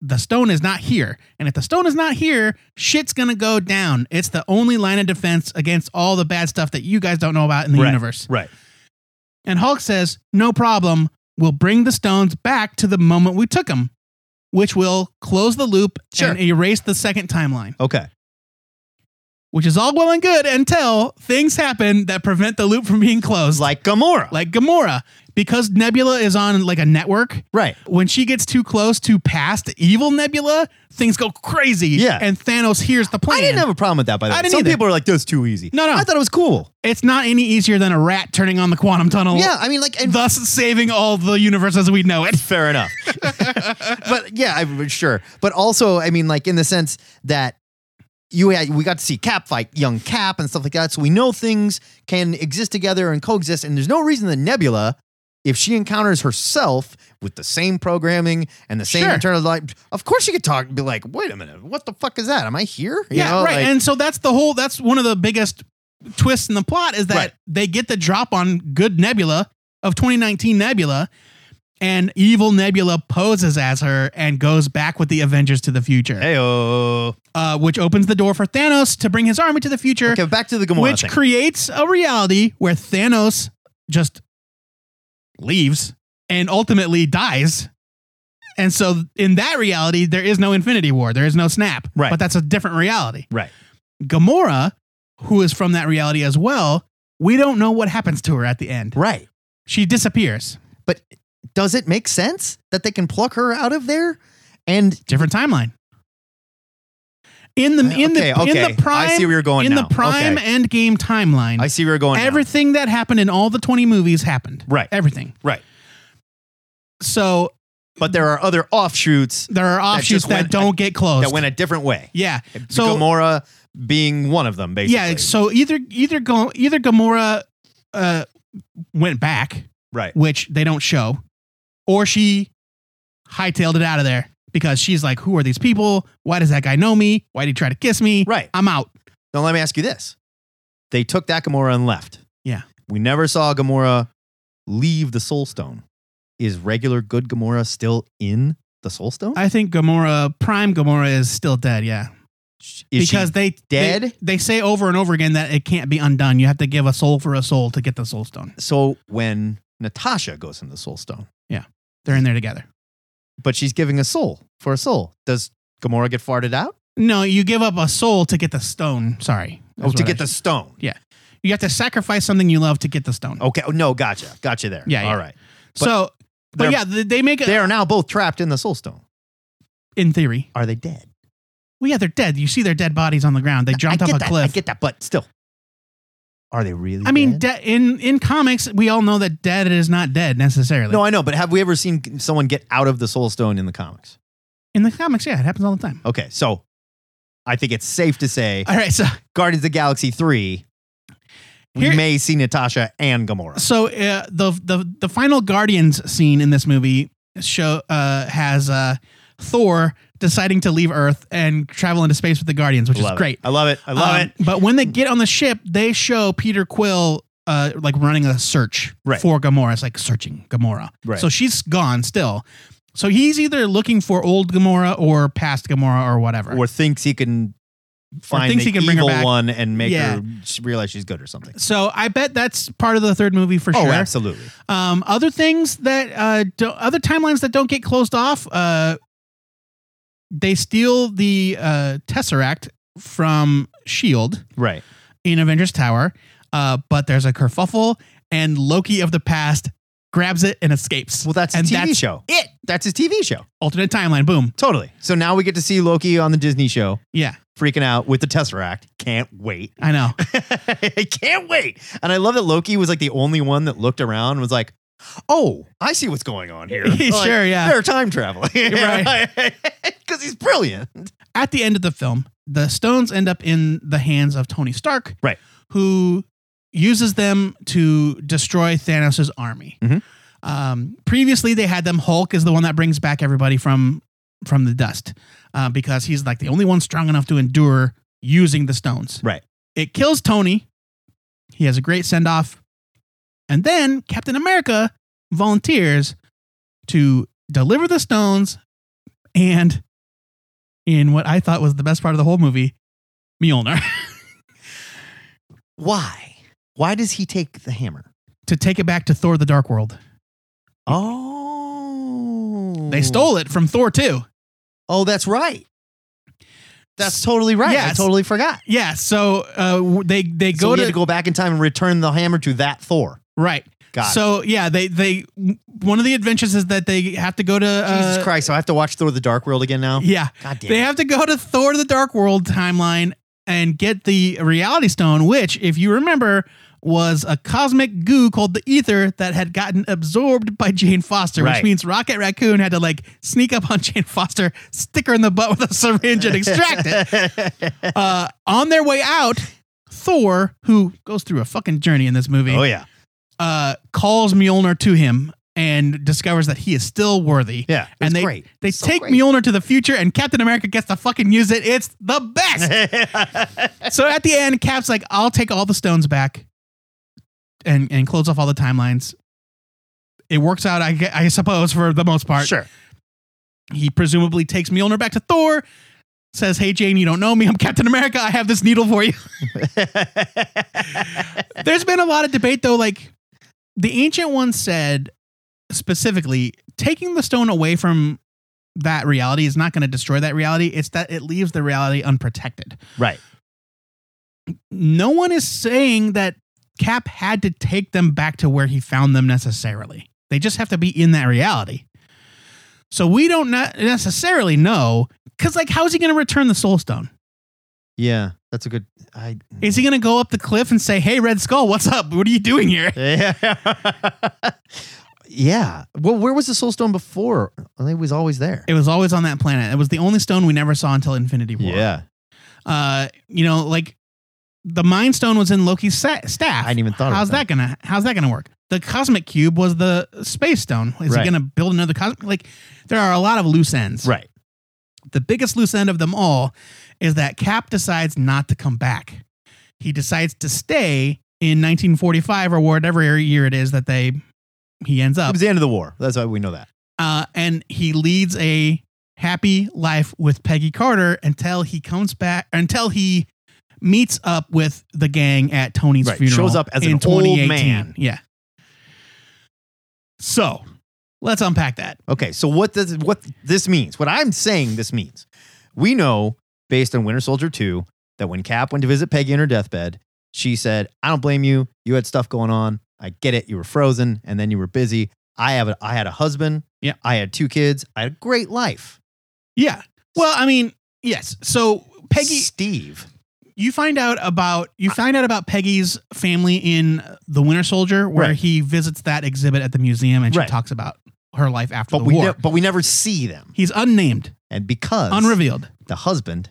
[SPEAKER 4] the stone is not here, and if the stone is not here, shit's gonna go down. It's the only line of defense against all the bad stuff that you guys don't know about in the
[SPEAKER 3] Right.
[SPEAKER 4] universe.
[SPEAKER 3] Right.
[SPEAKER 4] And Hulk says, No problem. We'll bring the stones back to the moment we took them, which will close the loop
[SPEAKER 3] Sure.
[SPEAKER 4] and erase the second timeline,
[SPEAKER 3] Okay.
[SPEAKER 4] which is all well and good until things happen that prevent the loop from being closed.
[SPEAKER 3] Like Gamora.
[SPEAKER 4] like Gamora, because Nebula is on like a network.
[SPEAKER 3] right.
[SPEAKER 4] When she gets too close to past evil Nebula, things go crazy.
[SPEAKER 3] Yeah.
[SPEAKER 4] And Thanos hears the plan.
[SPEAKER 3] I didn't have a problem with that, by the
[SPEAKER 4] I
[SPEAKER 3] way.
[SPEAKER 4] didn't
[SPEAKER 3] Some
[SPEAKER 4] either.
[SPEAKER 3] people are like, that's too easy.
[SPEAKER 4] No, no.
[SPEAKER 3] I thought it was cool.
[SPEAKER 4] it's not any easier than a rat turning on the quantum tunnel.
[SPEAKER 3] Yeah. I mean, like, and
[SPEAKER 4] Thus saving all the universe as we know it.
[SPEAKER 3] fair enough. but yeah, I, sure. But also, I mean, like in the sense that you had, we got to see Cap fight young Cap and stuff like that. So we know things can exist together and coexist. And there's no reason that Nebula, if she encounters herself with the same programming and the same
[SPEAKER 4] Sure.
[SPEAKER 3] internal light, of course she could talk and be like, wait a minute, what the fuck is that? Am I here? You
[SPEAKER 4] yeah,
[SPEAKER 3] know,
[SPEAKER 4] right.
[SPEAKER 3] like-
[SPEAKER 4] and so that's the whole. That's one of the biggest twists in the plot is that
[SPEAKER 3] Right.
[SPEAKER 4] they get the drop on good Nebula of 2019 Nebula, and evil Nebula poses as her and goes back with the Avengers to the future,
[SPEAKER 3] Heyo.
[SPEAKER 4] uh, which opens the door for Thanos to bring his army to the future,
[SPEAKER 3] Okay, back to the Gamora
[SPEAKER 4] which
[SPEAKER 3] thing.
[SPEAKER 4] creates a reality where Thanos just leaves and ultimately dies. And so in that reality, there is no Infinity War. There is no snap.
[SPEAKER 3] Right.
[SPEAKER 4] But that's a different reality.
[SPEAKER 3] right.
[SPEAKER 4] Gamora, who is from that reality as well, we don't know what happens to her at the end.
[SPEAKER 3] Right.
[SPEAKER 4] She disappears.
[SPEAKER 3] But does it make sense that they can pluck her out of there? And
[SPEAKER 4] Different timeline. In the in
[SPEAKER 3] Okay,
[SPEAKER 4] the
[SPEAKER 3] okay.
[SPEAKER 4] in the prime
[SPEAKER 3] I see where you're going
[SPEAKER 4] in
[SPEAKER 3] now.
[SPEAKER 4] the prime
[SPEAKER 3] Okay.
[SPEAKER 4] end game timeline.
[SPEAKER 3] I see where you're going. now.
[SPEAKER 4] everything that happened in all the 20 movies happened.
[SPEAKER 3] Right.
[SPEAKER 4] Everything.
[SPEAKER 3] Right.
[SPEAKER 4] So
[SPEAKER 3] But there are other offshoots
[SPEAKER 4] there are offshoots
[SPEAKER 3] just
[SPEAKER 4] that,
[SPEAKER 3] went-
[SPEAKER 4] don't get closed.
[SPEAKER 3] that went a different way.
[SPEAKER 4] yeah.
[SPEAKER 3] So,
[SPEAKER 4] So
[SPEAKER 3] Gamora being one of them, basically.
[SPEAKER 4] yeah, so either either go either Gamora uh went back
[SPEAKER 3] right.
[SPEAKER 4] which they don't show, or she hightailed it out of there because she's like, Who are these people? Why does that guy know me? Why did he try to kiss me?
[SPEAKER 3] Right.
[SPEAKER 4] I'm out.
[SPEAKER 3] Now, let me ask you this. They took that Gamora and left.
[SPEAKER 4] Yeah.
[SPEAKER 3] We never saw Gamora leave the Soul Stone. Is regular good Gamora still in the Soul Stone?
[SPEAKER 4] I think Gamora, Prime Gamora, is still dead. Yeah.
[SPEAKER 3] Is she-
[SPEAKER 4] because they
[SPEAKER 3] dead?
[SPEAKER 4] They, they say over and over again that it can't be undone. You have to give a soul for a soul to get the soul stone.
[SPEAKER 3] so when Natasha goes in the Soul Stone,
[SPEAKER 4] They're in there together.
[SPEAKER 3] but she's giving a soul for a soul, does Gamora get farted out?
[SPEAKER 4] No, you give up a soul to get the stone. Sorry.
[SPEAKER 3] Oh,
[SPEAKER 4] That's
[SPEAKER 3] to
[SPEAKER 4] what
[SPEAKER 3] get
[SPEAKER 4] I-
[SPEAKER 3] the stone.
[SPEAKER 4] you have to sacrifice something you love to get the stone.
[SPEAKER 3] Okay. Oh, no, gotcha. Gotcha there.
[SPEAKER 4] Yeah, yeah.
[SPEAKER 3] All right. but
[SPEAKER 4] so, but
[SPEAKER 3] they're-
[SPEAKER 4] yeah, th- they make
[SPEAKER 3] They
[SPEAKER 4] it
[SPEAKER 3] are now both trapped in the Soul Stone.
[SPEAKER 4] in theory.
[SPEAKER 3] Are they dead?
[SPEAKER 4] Well, yeah, they're dead. You see their dead bodies on the ground. They jumped
[SPEAKER 3] I
[SPEAKER 4] off
[SPEAKER 3] get
[SPEAKER 4] a
[SPEAKER 3] that, I
[SPEAKER 4] cliff.
[SPEAKER 3] get that, but still. Are they really
[SPEAKER 4] I mean,
[SPEAKER 3] dead?
[SPEAKER 4] de- in in comics, we all know that dead is not dead necessarily.
[SPEAKER 3] No, I know, but have we ever seen someone get out of the Soul Stone in the comics?
[SPEAKER 4] in the comics, yeah, it happens all the time.
[SPEAKER 3] Okay, so I think it's safe to say
[SPEAKER 4] All right, so
[SPEAKER 3] Guardians of the Galaxy 3, we
[SPEAKER 4] Here-
[SPEAKER 3] may see Natasha and Gamora.
[SPEAKER 4] so uh, the the the final Guardians scene in this movie show uh, has uh, Thor deciding to leave Earth and travel into space with the Guardians, which
[SPEAKER 3] Love it.
[SPEAKER 4] is great.
[SPEAKER 3] I love it. I love
[SPEAKER 4] Um,
[SPEAKER 3] it.
[SPEAKER 4] But when they get on the ship, they show Peter Quill uh, like running a search
[SPEAKER 3] Right.
[SPEAKER 4] for Gamora. It's like searching Gamora.
[SPEAKER 3] Right.
[SPEAKER 4] So she's gone still. So he's either looking for old Gamora or past Gamora or whatever.
[SPEAKER 3] Or thinks he can find
[SPEAKER 4] thinks
[SPEAKER 3] the
[SPEAKER 4] he can bring her
[SPEAKER 3] evil
[SPEAKER 4] back.
[SPEAKER 3] one and make
[SPEAKER 4] Yeah.
[SPEAKER 3] her sh- realize she's good or something.
[SPEAKER 4] so I bet that's part of the third movie for
[SPEAKER 3] Oh,
[SPEAKER 4] sure.
[SPEAKER 3] absolutely.
[SPEAKER 4] Um, other things that uh, do other timelines that don't get closed off, uh, they steal the uh, Tesseract from Shield
[SPEAKER 3] Right.
[SPEAKER 4] in Avengers Tower, uh, but there's a kerfuffle, and Loki of the past grabs it and escapes.
[SPEAKER 3] Well, that's
[SPEAKER 4] and
[SPEAKER 3] a TV
[SPEAKER 4] that's
[SPEAKER 3] show. It. That's his TV show.
[SPEAKER 4] alternate timeline. Boom.
[SPEAKER 3] Totally. So now we get to see Loki on the Disney show
[SPEAKER 4] Yeah,
[SPEAKER 3] freaking out with the Tesseract. Can't wait.
[SPEAKER 4] I know.
[SPEAKER 3] I can't wait. And I love that Loki was like the only one that looked around and was like, oh, I see what's going on here.
[SPEAKER 4] Sure,
[SPEAKER 3] Like,
[SPEAKER 4] yeah.
[SPEAKER 3] They're time traveling.
[SPEAKER 4] Right.
[SPEAKER 3] Because he's brilliant.
[SPEAKER 4] At the end of the film, the stones end up in the hands of Tony Stark,
[SPEAKER 3] Right.
[SPEAKER 4] Who uses them to destroy Thanos' army.
[SPEAKER 3] Mhm.
[SPEAKER 4] Um, previously, they had them. Hulk is the one that brings back everybody from from the dust uh, because he's like the only one strong enough to endure using the stones.
[SPEAKER 3] Right.
[SPEAKER 4] It kills Tony. He has a great send off. And then Captain America volunteers to deliver the stones and, in what I thought was the best part of the whole movie, Mjolnir,
[SPEAKER 3] Why? Why does he take the hammer?
[SPEAKER 4] to take it back to Thor the Dark World.
[SPEAKER 3] Oh.
[SPEAKER 4] They stole it from Thor too.
[SPEAKER 3] Oh, that's right. That's totally right. I
[SPEAKER 4] Yes.
[SPEAKER 3] totally forgot.
[SPEAKER 4] Yeah, so uh, w- they they
[SPEAKER 3] So
[SPEAKER 4] go
[SPEAKER 3] we
[SPEAKER 4] to,
[SPEAKER 3] had to go back in time and return the hammer to that Thor.
[SPEAKER 4] right.
[SPEAKER 3] Got it.
[SPEAKER 4] so yeah, they they one of the adventures is that they have to go to uh,
[SPEAKER 3] Jesus Christ. So I have to watch Thor the Dark World again now?
[SPEAKER 4] Yeah,
[SPEAKER 3] God damn
[SPEAKER 4] They
[SPEAKER 3] it.
[SPEAKER 4] have to go to Thor the Dark World timeline and get the reality stone, which, if you remember, was a cosmic goo called the ether that had gotten absorbed by Jane Foster,
[SPEAKER 3] Right.
[SPEAKER 4] which means Rocket Raccoon had to like sneak up on Jane Foster, stick her in the butt with a syringe, and extract it. Uh, on their way out, Thor, who goes through a fucking journey in this movie,
[SPEAKER 3] oh, yeah.
[SPEAKER 4] uh, calls Mjolnir to him and discovers that he is still worthy.
[SPEAKER 3] Yeah, it was
[SPEAKER 4] and they
[SPEAKER 3] great.
[SPEAKER 4] they
[SPEAKER 3] So
[SPEAKER 4] take
[SPEAKER 3] great.
[SPEAKER 4] Mjolnir to the future, and Captain America gets to fucking use it. It's the best. so at the end, Cap's like, "I'll take all the stones back," and and close off all the timelines. It works out, I, gue- I suppose, for the most part.
[SPEAKER 3] Sure.
[SPEAKER 4] He presumably takes Mjolnir back to Thor. Says, "Hey Jane, you don't know me. I'm Captain America. I have this needle for you." There's been a lot of debate though. Like the ancient one said specifically, taking the stone away from that reality is not going to destroy that reality. It's that it leaves the reality unprotected.
[SPEAKER 3] Right.
[SPEAKER 4] No one is saying that Cap had to take them back to where he found them necessarily. They just have to be in that reality. So we don't ne- necessarily know because, like, how is he going to return the Soul Stone?
[SPEAKER 3] Yeah, that's a good. I
[SPEAKER 4] Is he going to go up the cliff and say, "Hey, Red Skull, what's up? What are you doing here?"
[SPEAKER 3] yeah. yeah. Well, where was the Soul Stone before? I think it was always there.
[SPEAKER 4] It was always on that planet. It was the only stone we never saw until Infinity War. Uh, you know, like the Mind Stone was in Loki's sa- staff.
[SPEAKER 3] I hadn't even thought about
[SPEAKER 4] How's
[SPEAKER 3] that.
[SPEAKER 4] that gonna How's that gonna work? The Cosmic Cube was the Space Stone. Is
[SPEAKER 3] Right.
[SPEAKER 4] it gonna build another cosmic? Like there are a lot of loose ends.
[SPEAKER 3] Right.
[SPEAKER 4] The biggest loose end of them all is that Cap decides not to come back. He decides to stay in 1945 or whatever year it is that they he ends
[SPEAKER 3] It
[SPEAKER 4] up
[SPEAKER 3] was the end of the war. That's why we know that.
[SPEAKER 4] uh, and he leads a happy life with Peggy Carter until he comes back until he meets up with the gang at Tony's
[SPEAKER 3] Right,
[SPEAKER 4] funeral.
[SPEAKER 3] shows up as
[SPEAKER 4] in
[SPEAKER 3] an old
[SPEAKER 4] 2018.
[SPEAKER 3] man.
[SPEAKER 4] Yeah. So let's unpack that.
[SPEAKER 3] Okay. So what does what this means? What I'm saying this means. We know based on Winter Soldier 2 that when Cap went to visit Peggy in her deathbed, she said, "I don't blame you. You had stuff going on. I get it. You were frozen and then you were busy. I have a, I had a husband.
[SPEAKER 4] Yeah.
[SPEAKER 3] I had two kids. I had a great life."
[SPEAKER 4] Yeah. Well, I mean, yes. So Peggy,
[SPEAKER 3] Steve.
[SPEAKER 4] you find out about you find out about Peggy's family in The Winter Soldier, where
[SPEAKER 3] Right.
[SPEAKER 4] he visits that exhibit at the museum, and she
[SPEAKER 3] Right.
[SPEAKER 4] talks about her life after
[SPEAKER 3] But
[SPEAKER 4] the
[SPEAKER 3] we
[SPEAKER 4] war.
[SPEAKER 3] ne- but we never see them.
[SPEAKER 4] He's unnamed,
[SPEAKER 3] And because
[SPEAKER 4] unrevealed.
[SPEAKER 3] the husband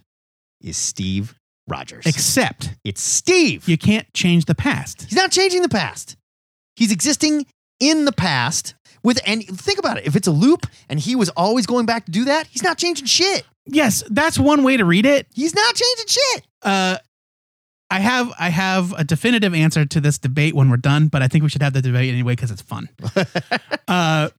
[SPEAKER 3] is Steve Rogers.
[SPEAKER 4] Except
[SPEAKER 3] it's Steve.
[SPEAKER 4] you can't change the past.
[SPEAKER 3] He's not changing the past. He's existing in the past with and think about it. If it's a loop and he was always going back to do that, he's not changing shit.
[SPEAKER 4] yes, that's one way to read it.
[SPEAKER 3] He's not changing shit.
[SPEAKER 4] Uh, I have I have a definitive answer to this debate when we're done, but I think we should have the debate anyway because it's fun. uh,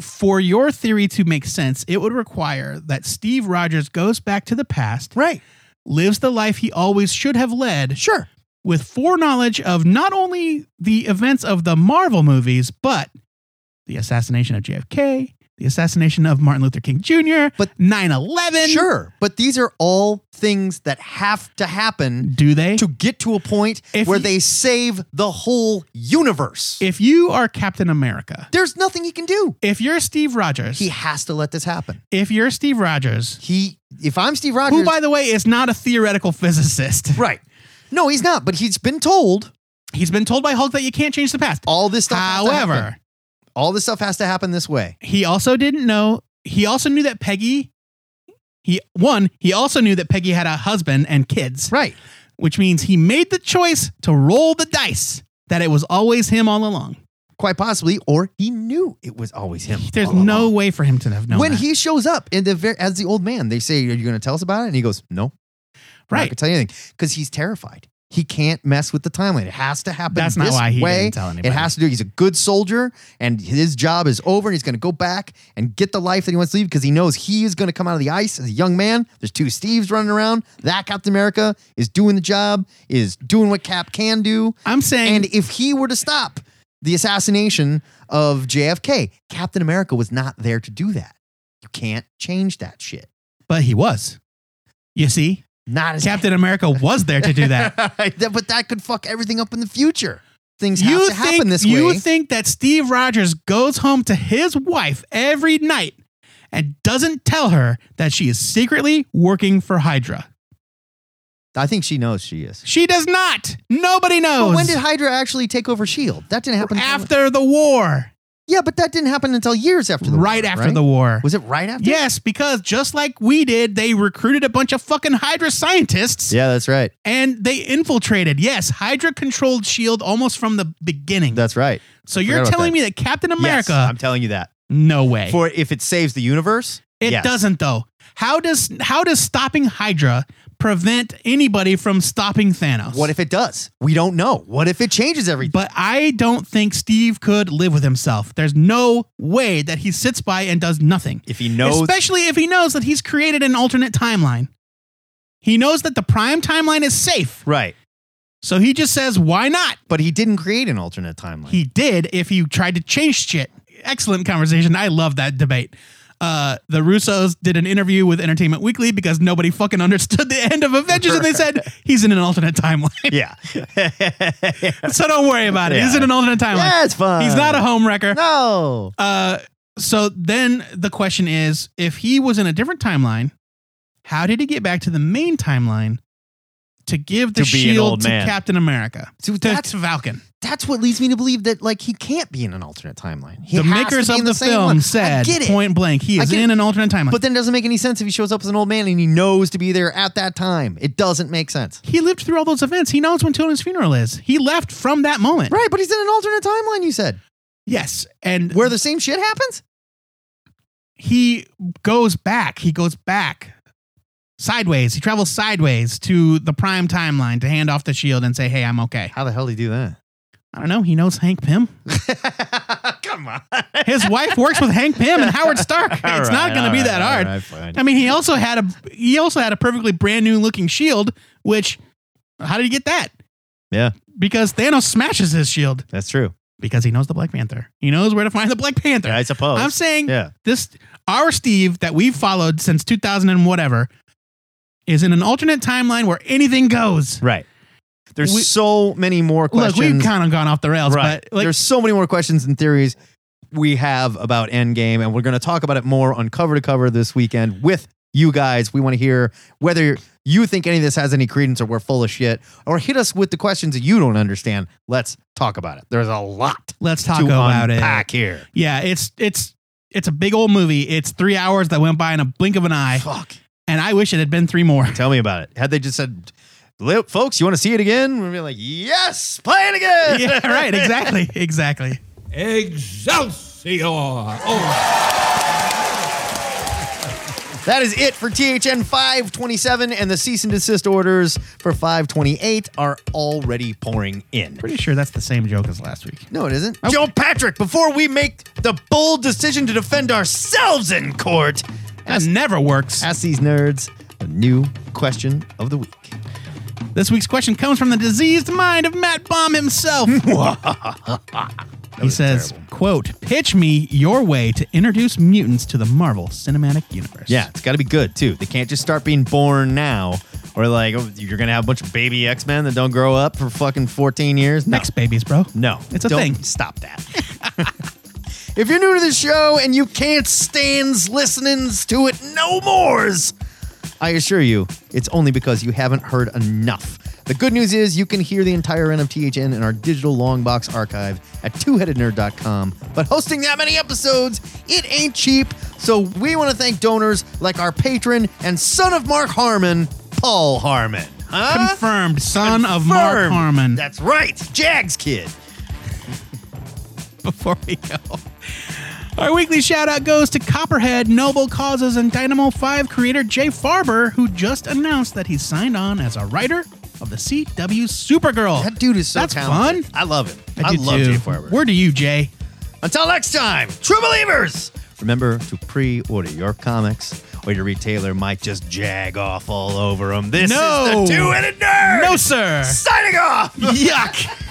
[SPEAKER 4] for your theory to make sense, it would require that Steve Rogers goes back to the past,
[SPEAKER 3] Right.
[SPEAKER 4] lives the life he always should have led,
[SPEAKER 3] Sure.
[SPEAKER 4] with foreknowledge of not only the events of the Marvel movies, but the assassination of JFK, the assassination of Martin Luther King Jr.,
[SPEAKER 3] But-
[SPEAKER 4] 9 11.
[SPEAKER 3] sure. But these are all things that have to happen
[SPEAKER 4] Do they?
[SPEAKER 3] to get to a point
[SPEAKER 4] If
[SPEAKER 3] where
[SPEAKER 4] you-
[SPEAKER 3] they save the whole universe.
[SPEAKER 4] if you are Captain America,
[SPEAKER 3] There's nothing he can do.
[SPEAKER 4] if you're Steve Rogers,
[SPEAKER 3] He has to let this happen.
[SPEAKER 4] if you're Steve Rogers,
[SPEAKER 3] He, if I'm Steve Rogers,
[SPEAKER 4] who, by the way, is not a theoretical physicist,
[SPEAKER 3] right? No, he's not. But he's been told
[SPEAKER 4] he's been told by Hulk that you can't change the past.
[SPEAKER 3] all this stuff. has to happen.
[SPEAKER 4] However,
[SPEAKER 3] all this stuff has to happen this way.
[SPEAKER 4] he also didn't know. He also knew that Peggy. He one. He also knew that Peggy had a husband and kids,
[SPEAKER 3] Right.
[SPEAKER 4] which means he made the choice to roll the dice that it was always him all along.
[SPEAKER 3] Quite possibly, or he knew it was always him.
[SPEAKER 4] There's
[SPEAKER 3] all
[SPEAKER 4] no
[SPEAKER 3] along.
[SPEAKER 4] way for him to have known
[SPEAKER 3] when
[SPEAKER 4] that.
[SPEAKER 3] he shows up in the ver- as the old man, they say, "Are you going to tell us about it?" And he goes, "No, I'm not
[SPEAKER 4] right.
[SPEAKER 3] going to tell you anything," because he's terrified. He can't mess with the timeline. It has to happen.
[SPEAKER 4] That's not
[SPEAKER 3] this
[SPEAKER 4] why he
[SPEAKER 3] way.
[SPEAKER 4] didn't tell anybody.
[SPEAKER 3] It has to do. He's a good soldier, and his job is over. And he's going to go back and get the life that he wants to leave because he knows he is going to come out of the ice as a young man. There's two Steves running around. That Captain America is doing the job, is doing what Cap can do.
[SPEAKER 4] I'm saying
[SPEAKER 3] And if he were to stop the assassination of JFK, Captain America was not there to do that. You can't change that shit.
[SPEAKER 4] but he was. You see,
[SPEAKER 3] Not as
[SPEAKER 4] Captain America was there to do that.
[SPEAKER 3] That- but that could fuck everything up in the future. Things have
[SPEAKER 4] you
[SPEAKER 3] to happen this
[SPEAKER 4] you
[SPEAKER 3] way.
[SPEAKER 4] think that Steve Rogers goes home to his wife every night and doesn't tell her that she is secretly working for Hydra?
[SPEAKER 3] I think she knows she is.
[SPEAKER 4] She does not. Nobody knows.
[SPEAKER 3] But when did Hydra actually take over Shield? E That didn't happen until-
[SPEAKER 4] after the war?
[SPEAKER 3] Yeah, but that didn't happen until years after the war,
[SPEAKER 4] right after the war.
[SPEAKER 3] Was it right after?
[SPEAKER 4] Yes, because just like we did, they recruited a bunch of fucking Hydra scientists
[SPEAKER 3] Yeah, that's right.
[SPEAKER 4] and they infiltrated. Yes, Hydra controlled S.H.I.E.L.D. E almost from the beginning.
[SPEAKER 3] That's right.
[SPEAKER 4] so you're
[SPEAKER 3] forgot about
[SPEAKER 4] telling
[SPEAKER 3] that.
[SPEAKER 4] me that Captain
[SPEAKER 3] Yes,
[SPEAKER 4] America,
[SPEAKER 3] I'm telling you that.
[SPEAKER 4] no way.
[SPEAKER 3] For if it saves the universe,
[SPEAKER 4] it
[SPEAKER 3] yes.
[SPEAKER 4] doesn't though. How does how does stopping Hydra prevent anybody from stopping Thanos?
[SPEAKER 3] What if it does? We don't know. What if it changes everything?
[SPEAKER 4] but I don't think Steve could live with himself. There's no way that he sits by and does nothing.
[SPEAKER 3] If he knows,
[SPEAKER 4] Especially if he knows that he's created an alternate timeline. He knows that the prime timeline is safe.
[SPEAKER 3] right?
[SPEAKER 4] So he just says, why not?
[SPEAKER 3] But he didn't create an alternate timeline.
[SPEAKER 4] He did if he tried to change shit. Excellent conversation. I love that debate. Uh, the Russos did an interview with Entertainment Weekly because nobody fucking understood the end of Avengers and they said, he's in an alternate timeline.
[SPEAKER 3] yeah, yeah,
[SPEAKER 4] so don't worry about it. He's
[SPEAKER 3] Yeah.
[SPEAKER 4] in an alternate timeline.
[SPEAKER 3] it's fun.
[SPEAKER 4] he's not a homewrecker.
[SPEAKER 3] no.
[SPEAKER 4] Uh, so then the question is if he was in a different timeline, how did he get back to the main timeline to give the
[SPEAKER 3] To be an
[SPEAKER 4] shield
[SPEAKER 3] old
[SPEAKER 4] to
[SPEAKER 3] man.
[SPEAKER 4] Captain America?
[SPEAKER 3] So
[SPEAKER 4] To,
[SPEAKER 3] that's-
[SPEAKER 4] to Falcon.
[SPEAKER 3] That's what leads me to believe that like he can't be in an alternate timeline. He
[SPEAKER 4] the
[SPEAKER 3] has to
[SPEAKER 4] makers
[SPEAKER 3] be
[SPEAKER 4] of
[SPEAKER 3] in
[SPEAKER 4] the,
[SPEAKER 3] same
[SPEAKER 4] film
[SPEAKER 3] one. I
[SPEAKER 4] said
[SPEAKER 3] get it.
[SPEAKER 4] point blank he
[SPEAKER 3] I
[SPEAKER 4] is
[SPEAKER 3] get
[SPEAKER 4] in
[SPEAKER 3] it.
[SPEAKER 4] an alternate timeline.
[SPEAKER 3] But then it doesn't make any sense if he shows up as an old man and he knows to be there at that time. It doesn't make sense.
[SPEAKER 4] he lived through all those events. He knows when Tony's funeral is. He left from that moment.
[SPEAKER 3] Right, but he's in an alternate timeline, you said.
[SPEAKER 4] Yes. And
[SPEAKER 3] Where the same shit happens?
[SPEAKER 4] he goes back. He goes back sideways. He travels sideways to the prime timeline to hand off the shield and say, hey, I'm okay.
[SPEAKER 3] How the hell did he do
[SPEAKER 4] I don't know. He knows Hank Pym.
[SPEAKER 3] that? Come on.
[SPEAKER 4] His wife works with Hank Pim and Howard Stark. It's not going to be that hard. I mean, he also had a he also had a perfectly brand new looking shield. Which, how did he get that?
[SPEAKER 3] Yeah.
[SPEAKER 4] because Thanos smashes his shield
[SPEAKER 3] That's true.
[SPEAKER 4] because he knows the Black Panther. He knows where to find the Black Panther.
[SPEAKER 3] suppose.
[SPEAKER 4] I'm saying
[SPEAKER 3] yeah.
[SPEAKER 4] this our Steve that we've followed since 2000 and whatever is in an alternate timeline where anything goes.
[SPEAKER 3] Right. There's
[SPEAKER 4] We-
[SPEAKER 3] so many more
[SPEAKER 4] Look,
[SPEAKER 3] questions.
[SPEAKER 4] we've kind of gone off the rails,
[SPEAKER 3] right.
[SPEAKER 4] but like,
[SPEAKER 3] There's so many more questions and theories we have about Endgame, and we're going to talk about it more on cover to cover this weekend with you guys. We want to hear whether you think any of this has any credence or we're full of shit, or hit us with the questions that you don't understand. Let's talk about it. There's a lot
[SPEAKER 4] let's talk
[SPEAKER 3] to
[SPEAKER 4] about it.
[SPEAKER 3] unpack here.
[SPEAKER 4] Yeah, it's it's it's a big old movie. It's three hours that went by in a blink of an eye,
[SPEAKER 3] Fuck.
[SPEAKER 4] and I wish it had been three more.
[SPEAKER 3] Tell me about it. Had they just said, "Li- folks, you want to see it again? We'd be like, yes, play it again.
[SPEAKER 4] yeah, right. Exactly. Exactly.
[SPEAKER 7] Excelsior! Oh.
[SPEAKER 3] That is it for THN 527, and the cease and desist orders for 528 are already pouring in.
[SPEAKER 4] Pretty sure that's the same joke as last week.
[SPEAKER 3] No, it isn't. Joe Patrick, before we make the bold decision to defend ourselves in court,
[SPEAKER 4] That never works.
[SPEAKER 3] ask these nerds a new question of the week.
[SPEAKER 4] This week's question comes from the diseased mind of Matt Baum himself. he says, quote, pitch me your way to introduce mutants to the Marvel Cinematic Universe.
[SPEAKER 3] Yeah, it's got to be good too. They can't just start being born now, or like oh, you're gonna have a bunch of baby X Men that don't grow up for fucking 14 years. No,
[SPEAKER 4] Next babies, bro.
[SPEAKER 3] no,
[SPEAKER 4] It's a
[SPEAKER 3] Don't
[SPEAKER 4] thing.
[SPEAKER 3] Stop that. if you're new to the show and you can't stands listenings to it no mores, I assure you, it's only because you haven't heard enough. The good news is you can hear the entire run of THN in our digital long box archive at twoheadednerd.com. But hosting that many episodes, it ain't cheap. So we want to thank donors like our patron and son of Mark Harmon, Paul Harmon. Huh?
[SPEAKER 4] Confirmed, son of Mark
[SPEAKER 3] Confirmed.
[SPEAKER 4] Harmon.
[SPEAKER 3] That's right, Jags kid.
[SPEAKER 4] before we go. Our weekly shout out goes to Copperhead, Noble Causes, and Dynamo 5 creator Jay Farber, who just announced that he's signed on as a writer of the CW Supergirl.
[SPEAKER 3] That dude is so
[SPEAKER 4] That's
[SPEAKER 3] talented.
[SPEAKER 4] fun.
[SPEAKER 3] I love him.
[SPEAKER 4] I
[SPEAKER 3] I,
[SPEAKER 4] do
[SPEAKER 3] love
[SPEAKER 4] too.
[SPEAKER 3] Jay Farber.
[SPEAKER 4] Word to you, Jay.
[SPEAKER 3] Until next time, true believers, remember to pre-order your comics or your retailer might just jag off all over them. This
[SPEAKER 4] No.
[SPEAKER 3] is the Two-Headed Nerd
[SPEAKER 4] No, sir.
[SPEAKER 3] signing off.
[SPEAKER 4] Yuck.